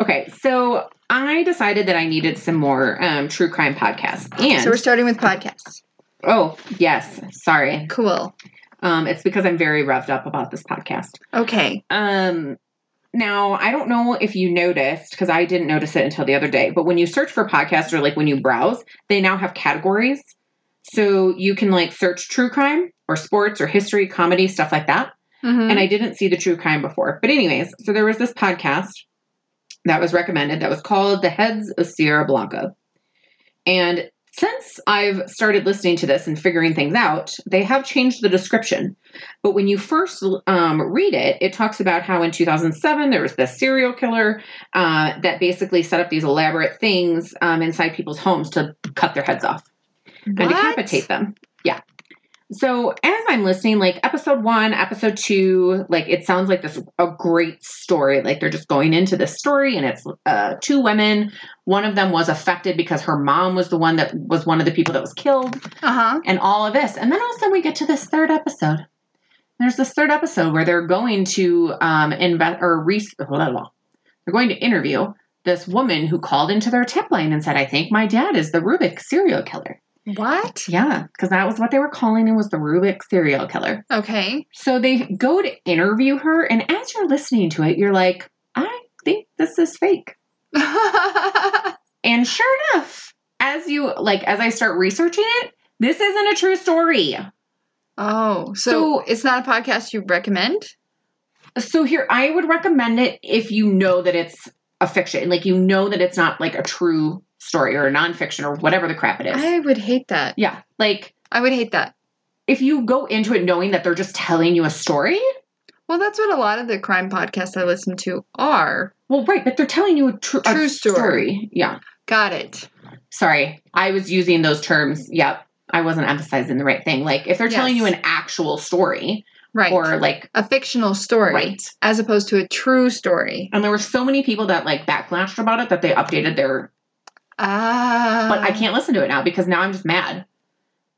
Okay. So, I decided that I needed some more um, true crime podcasts, and
so we're starting with podcasts.
oh yes, sorry.
Cool.
Um, it's because I'm very revved up about this podcast.
Okay.
Um, now I don't know if you noticed because I didn't notice it until the other day, but when you search for podcasts or like when you browse, they now have categories. So you can like search true crime or sports or history, comedy, stuff like that. Mm-hmm.
Mm-hmm.
And I didn't see the true crime before. But anyways, so there was this podcast that was recommended that was called The Heads of Sierra Blanca. And since I've started listening to this and figuring things out, they have changed the description. But when you first um, read it, it talks about how in 2007 there was this serial killer uh, that basically set up these elaborate things um, inside people's homes to cut their heads off and decapitate them. Yeah. So as I'm listening, like episode one, episode two, like it sounds like this a great story. Like they're just going into this story, and it's uh, two women. One of them was affected because her mom was the one that was one of the people that was killed,
Uh huh.
and all of this. And then all of a sudden we get to this third episode. There's this third episode where they're going to um invest or re- blah, blah. they're going to interview this woman who called into their tip line and said, "I think my dad is the Rubik serial killer."
What?
Yeah, because that was what they were calling him was the Rubik serial killer.
Okay.
So they go to interview her, and as you're listening to it, you're like, I think this is fake. And sure enough, as you like, as I start researching it, this isn't a true story.
oh, so,
So-
it's not a podcast you recommend?
So here, I would recommend it if you know that it's a fiction, like you know that it's not like a true story or a nonfiction or whatever the crap it is.
I would hate that.
yeah, like
I would hate that.
if you go into it knowing that they're just telling you a story,
Well, that's what a lot of the crime podcasts I listen to are.
Well, right, but they're telling you a tr- a
True story.
Yeah.
Got it.
Sorry, I was using those terms. Yep. I wasn't emphasizing the right thing. Like, if they're telling you
Yes.
an actual story
Right.
or like,
a fictional story
right.
as opposed to a true story.
And there were so many people that like backlashed about it that they updated their.
Ah.
but I can't listen to it now because now I'm just mad.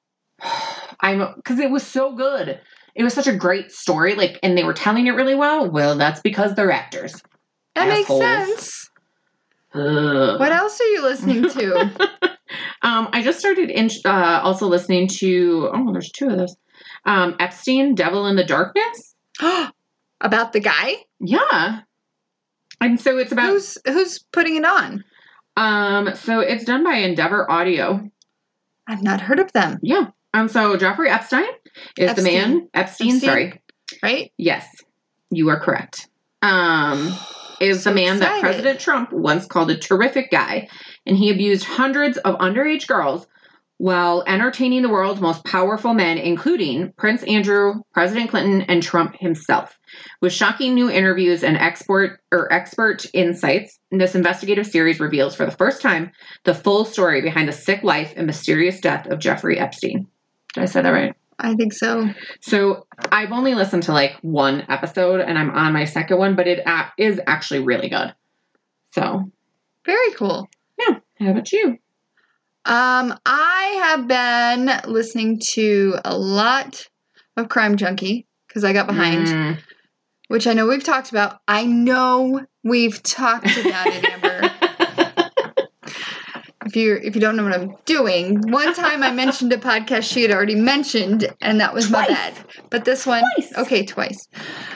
I'm because it was so good. It was such a great story. Like, and they were telling it really well. Well, that's because they're actors.
That makes
Assholes.
sense.
Ugh.
What else are you listening to?
Um, I just started in, uh, also listening to oh, there's two of those. Um, Epstein, Devil in the Darkness.
About the guy
Yeah, and so it's about
who's who's putting it on?
um, so it's done by Endeavor Audio.
I've not heard of them,
Yeah, um, so Jeffrey Epstein is the
Epstein.
man. Epstein,
Epstein?
sorry,
right?
yes, you are correct. Um, is
So
the man that
excited.
President Trump once called a terrific guy, and he abused hundreds of underage girls while entertaining the world's most powerful men, including Prince Andrew, President Clinton, and Trump himself. With shocking new interviews and export or expert insights, this investigative series reveals for the first time the full story behind the sick life and mysterious death of Jeffrey Epstein. Did I say that right?
I think so.
So I've only listened to like one episode, and I'm on my second one, but it a- is actually really good. So
Very cool.
how about you?
Um, I have been listening to a lot of Crime Junkie because I got behind,
Mm.
which I know we've talked about. I know we've talked about it, Amber.
Mm.
if you if you don't know what I'm doing, one time I mentioned a podcast she had already mentioned, and that was my
Twice.
bad. But this one,
Twice.
okay, twice.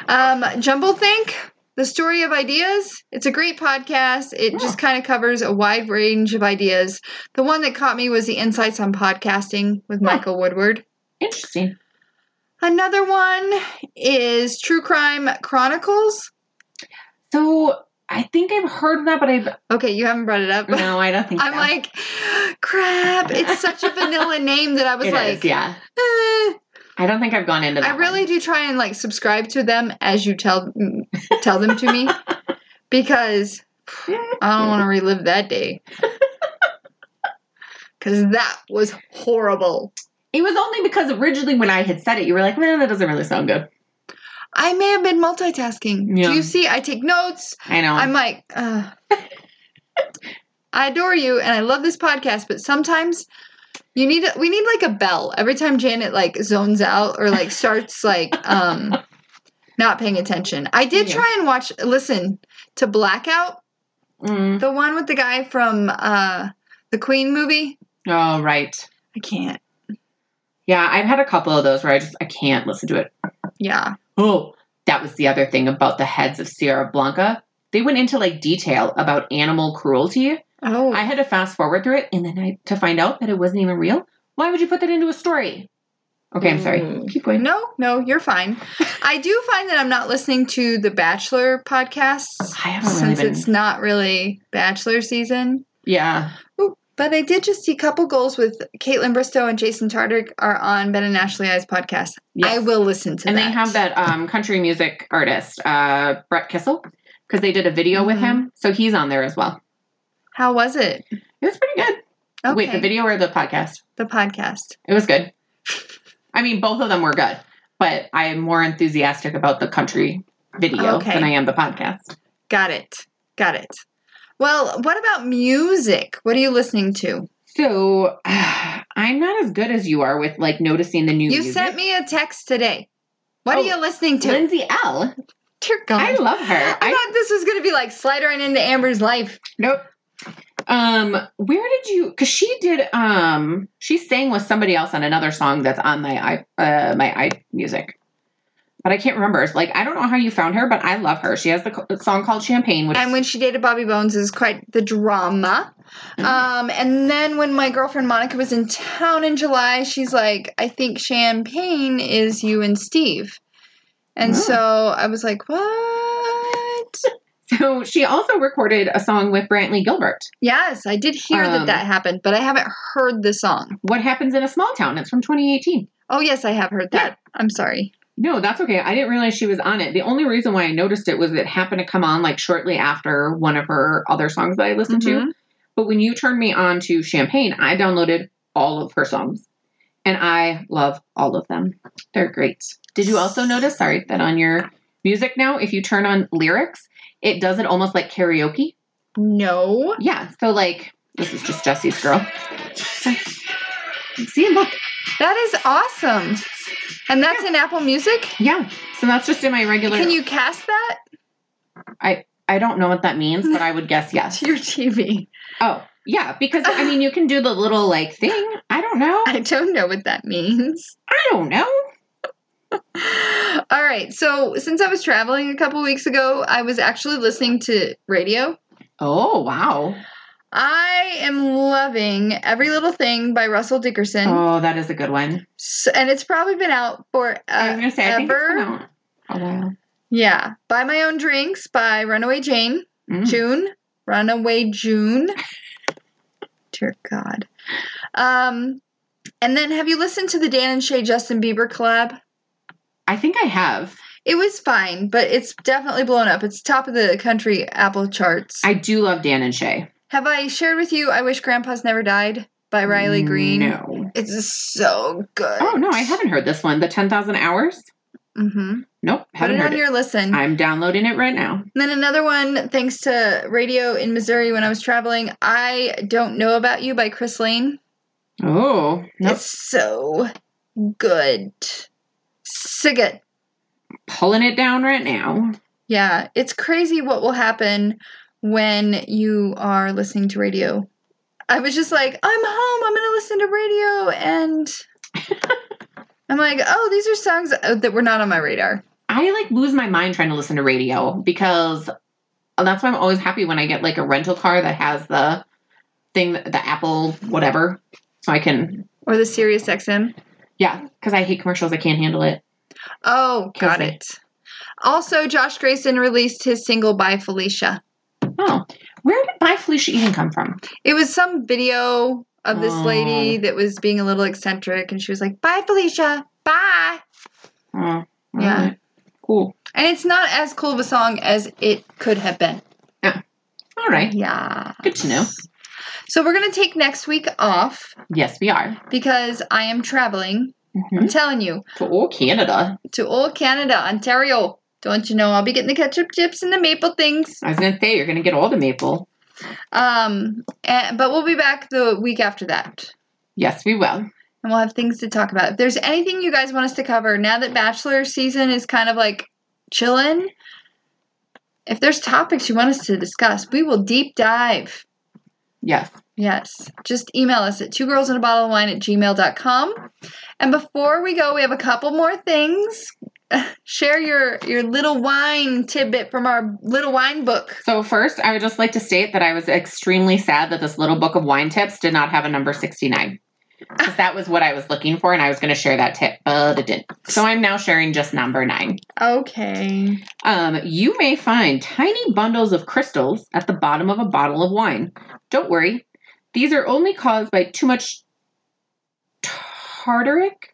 Um, Jumble Think. The story of ideas. It's a great podcast. It
Yeah.
just kind of covers a wide range of ideas. The one that caught me was the Insights on Podcasting with
Huh.
Michael Woodward.
Interesting.
Another one is True Crime Chronicles.
So I think I've heard that, but I've
Okay, you haven't brought it up.
no, I don't think
I'm
so.
like, crap, it's such a vanilla name that I was
It is,
like,
yeah.
eh.
I don't think I've gone into that.
I really do try and like subscribe to them as you tell mm, tell them to me because
one.
I don't want to relive that day. Cause that was horrible.
It was only because originally when I had said it, you were like, "Man, that doesn't really sound good."
I may have been multitasking.
Yeah.
Do you see? I take notes.
I know.
I'm like, uh, I adore you and I love this podcast, but sometimes you need a, we need like a bell every time Janet like zones out or like starts like um not paying attention. I did
Yeah.
try and watch listen to Blackout,
Mm.
the one with the guy from uh the Queen movie.
Oh right.
I can't.
Yeah, I've had a couple of those where I just I can't listen to it.
Yeah.
Oh, that was the other thing about the heads of Sierra Blanca. They went into like detail about animal cruelty.
Oh,
I had to fast forward through it and then I to find out that it wasn't even real. Why would you put that into a story? Okay, I'm sorry.
Mm.
Keep going.
No, no, you're fine. I do find that I'm not listening to the Bachelor podcasts
I haven't really
since
been.
it's not really Bachelor season.
yeah.
Ooh, but I did just see couple goals with Caitlin Bristow and Jason Tardick are on Ben and Ashley Eyes podcast. I
Yes.
will listen to
and
that.
they have that um, country music artist, uh, Brett Kissel, because they did a video with
Mhm.
him. So he's on there as well.
How was it?
It was pretty good.
Okay.
Wait, the video or the podcast?
The podcast.
It was good. I mean, both of them were good, but I am more enthusiastic about the country video
Okay.
than I am the podcast.
Got it. Got it. Well, what about music? What are you listening to?
So I'm not as good as you are with like noticing the new.
You
music.
sent me a text today. What
Oh,
are you listening to?
Lindsay L.
Dear God.
I love her.
I
I
thought this was going to be like slide right into Amber's life.
nope. Um, where did you? Because she did. Um, she sang with somebody else on another song that's on my i uh, my i music, but I can't remember. It's like I don't know how you found her, but I love her. She has the co- song called Champagne, which
And when she dated Bobby Bones is quite the drama.
Mm-hmm.
Um, and then when my girlfriend Monica was in town in July, she's like, I think champagne is you and Steve. And
Oh.
so I was like, what?
So she also recorded a song with Brantley Gilbert.
Yes, I did hear that
Um,
that happened, but I haven't heard the song.
What happens in a small town? It's from 2018.
Oh, yes, I have heard that. I'm sorry.
No, that's okay. I didn't realize she was on it. The only reason why I noticed it was it happened to come on like shortly after one of her other songs that I listened
Mhm.
to. But when you turned me on to Champagne, I downloaded all of her songs. And I love all of them. They're great. Did you also notice, sorry, that on your music now, if you turn on lyrics, it does it almost like karaoke?
No.
Yeah. So, like, this is just Jesse's girl. See, look.
That is awesome. And that's in Apple Music?
Yeah. So that's just in my regular.
Can you cast that
I don't know what that means, but I would guess yes.
to your TV?
Oh, yeah. Because, I mean, you can do the little, like, thing. I don't know.
I don't know what that means.
I don't know.
All right. So, since I was traveling a couple weeks ago, I was actually listening to radio.
Oh, wow.
I am loving Every Little Thing by Russell Dickerson.
Oh, that is a good one.
S- and it's probably been out for
I was
uh,
going to say, I think it's been out a while.
yeah. Buy My Own Drinks by Runaway Jane.
Mm.
June. Runaway June. Dear God. Um, And then have you listened to the Dan and Shay Justin Bieber collab?
I think I have.
It was fine, but it's definitely blown up. It's top of the country Apple charts.
I do love Dan and Shay.
have I shared with you I Wish Grandpa's Never Died by Riley Green?
Mm, No.
It's so good.
Oh no, I haven't heard this one. The ten thousand hours.
Mm-hmm.
Nope,
Put
haven't
it
heard
on
it.
your listen.
I'm downloading it right now.
And then another one, thanks to radio in Missouri when I was traveling, I Don't Know About You by Chris Lane.
Oh, nope.
It's so good. So good.
pulling it down right now.
Yeah, it's crazy what will happen when you are listening to radio. I was just like, I'm home, I'm going to listen to radio. And I'm like, oh, these are songs uh, that were not on my radar.
I like lose my mind trying to listen to radio because that's why I'm always happy when I get like a rental car that has the thing, the Apple whatever, so I can.
Or the Sirius XM.
Yeah, because I hate commercials. I can't handle it.
Oh,
Kills
got
me.
it. Also, Josh Grayson released his single by Felicia.
Oh, where did my Felicia even come from?
It was some video of this
Oh.
lady that was being a little eccentric, and she was like, Bye, Felicia. Bye.
Oh,
Yeah.
alright. cool.
And it's not as cool of a song as it could have been.
All right,
Yeah.
good to know.
So we're going to take next week off
Yes, we are
because I am traveling.
Mhm.
I'm telling you,
to all Canada.
to old Canada, Ontario. Don't you know I'll be getting the ketchup chips and the maple things.
I was gonna say you're gonna get all the maple.
Um, and, but we'll be back the week after that.
Yes, we will.
and we'll have things to talk about. If there's anything you guys want us to cover now that bachelor season is kind of like chillin', if there's topics you want us to discuss, we will deep dive.
Yes.
Yes. Just email us at two girls in a bottle of wine at gmail.com. And before we go, we have a couple more things. Share your your little wine tidbit from our little wine book.
So first, I would just like to state that I was extremely sad that this little book of wine tips did not have a number 69. Because that was what I was looking for, and I was going to share that tip, but it didn't. So I'm now sharing just number nine.
Okay.
Um, you may find tiny bundles of crystals at the bottom of a bottle of wine. Don't worry, these are only caused by too much tartaric.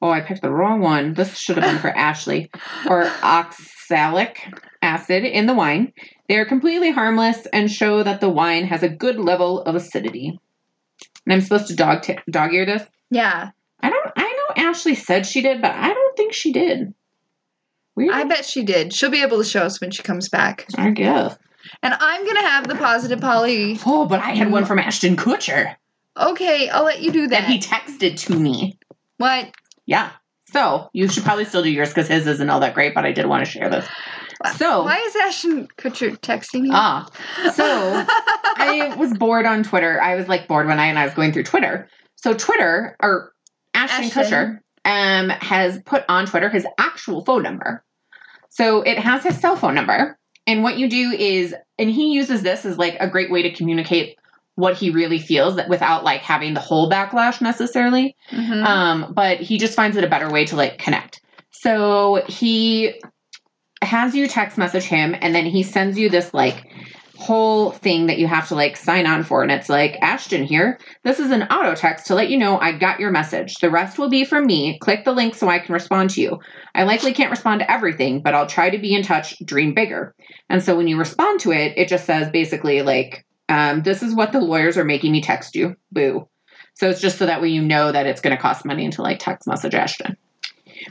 Oh, I picked the wrong one. This should have been for Ashley or oxalic acid in the wine. They are completely harmless and show that the wine has a good level of acidity. And I'm supposed to dog t- dog ear this.
Yeah.
I don't. I know Ashley said she did, but I don't think she did. Weird.
I
I,
bet she did. She'll be able to show us when she comes back.
guess.
And I'm gonna have the positive poly.
Oh, but I had
Mm.
one from Ashton Kutcher
Okay, I'll let you do that.
that he texted to me.
what?
Yeah. So you should probably still do yours because his isn't all that great. But I did want to share this. So
Why is Ashton Kutcher texting you?
ah, so I was bored on Twitter. I was like bored one night and I was going through Twitter. So Twitter or Ashton,
Ashton.
Kutcher um has put on Twitter his actual phone number. So it has his cell phone number. And what you do is and he uses this as like a great way to communicate what he really feels that without like having the whole backlash necessarily.
Mhm.
Um, but he just finds it a better way to like connect. So he has you text message him and then he sends you this like whole thing that you have to like sign on for. And it's like, Ashton here, this is an auto text to let you know I got your message. The rest will be from me. Click the link so I can respond to you. I likely can't respond to everything, but I'll try to be in touch, dream bigger. And so when you respond to it, it just says basically like, um, this is what the lawyers are making me text you. Boo. So it's just so that way you know that it's going to cost money to like text message Ashton.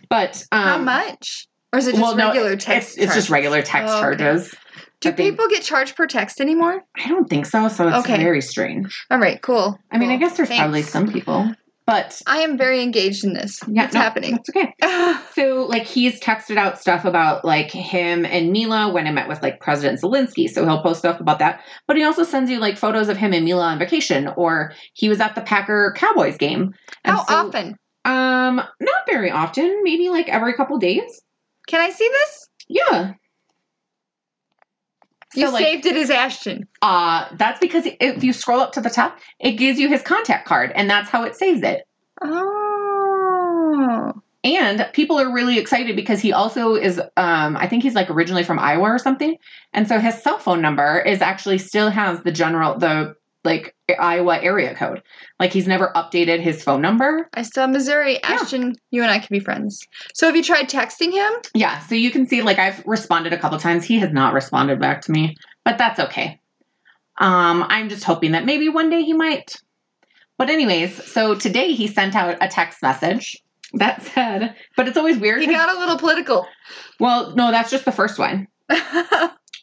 But um,
How much? Or is it just
well, no,
regular text?
it's, it's just
charges?
regular text
Oh, okay.
charges.
Do
I think-
people get charged per text anymore?
I don't think so. So it's
Okay.
very strange.
All right, cool.
I mean, I
Cool.
guess there's
Thanks.
probably some people, but
I am very engaged in this.
yeah,
it's
no,
happening.
That's okay. So, like, he's texted out stuff about like him and Mila when I met with like President Zelensky. So he'll post stuff about that. But he also sends you like photos of him and Mila on vacation, or he was at the Packer Cowboys game. And
How
so-
often?
Um, not very often. Maybe like every couple days.
Can I see this?
Yeah.
You
like,
saved it as Ashton.
Uh, that's because if you scroll up to the top, it gives you his contact card, and that's how it saves it.
Oh.
And people are really excited because he also is, um, I think he's like originally from Iowa or something. And so his cell phone number is actually still has the general, the like Iowa area code. Like he's never updated his phone number.
I still have Missouri. Ashton, you and I can be friends. So have you tried texting him?
Yeah, so you can see like I've responded a couple times. He has not responded back to me, but that's okay. Um, I'm just hoping that maybe one day he might. But anyways, so today he sent out a text message that said, but it's always weird.
He
'cause-
got a little political.
well, no, that's just the first one.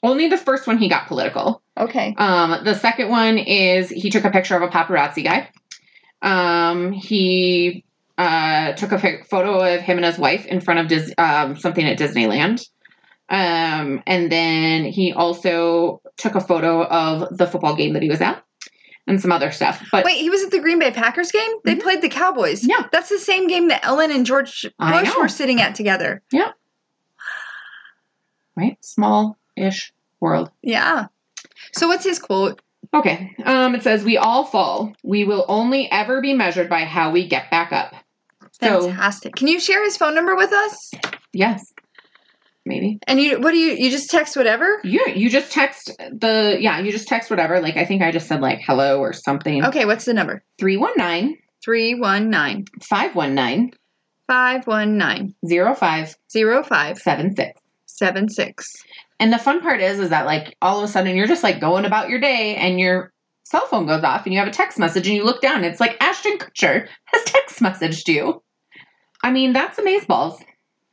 Only the first one he got political.
okay.
Um, the second one is he took a picture of a paparazzi guy. Um, he uh, took a pic- photo of him and his wife in front of Dis- um, something at Disneyland. Um, and then he also took a photo of the football game that he was at and some other stuff. But
Wait, he was at the Green Bay Packers game? They
Mhm.
played the Cowboys.
Yeah.
That's the same game that Ellen and George
I
Bush
know.
were sitting at together.
right, small ish world.
Yeah. So what's his quote?
Okay. Um, it says, We all fall. We will only ever be measured by how we get back up. So,
Fantastic. Can you share his phone number with us?
yes, maybe.
And you what do you you just text whatever?
You you just text the yeah, you just text whatever. Like I think I just said like hello or something.
Okay, what's the number?
319
319
519
519
0576.
0576.
And the fun part is is that like all of a sudden you're just like going about your day and your cell phone goes off and you have a text message and you look down and it's like Ashton Kutcher has text messaged you. I mean, that's amazeballs.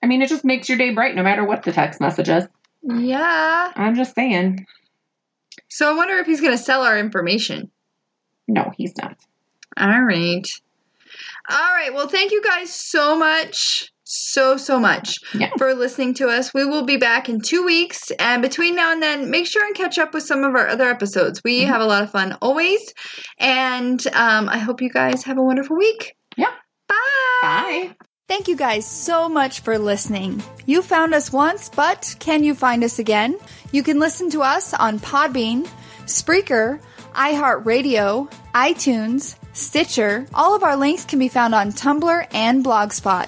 I mean, it just makes your day bright no matter what the text message is.
Yeah.
I'm just saying.
So I wonder if he's going to sell our information.
No, he's not.
All right. All right. Well, thank you guys so much. So, so much
Yeah.
for listening to us. We will be back in two weeks. And between now and then, make sure and catch up with some of our other episodes. We
Mhm.
have a lot of fun always. And um, I hope you guys have a wonderful week.
Yeah.
Bye.
Bye.
Thank you guys so much for listening. You found us once, but can you find us again? You can listen to us on Podbean, Spreaker, iHeartRadio, iTunes, Stitcher. All of our links can be found on Tumblr and Blogspot.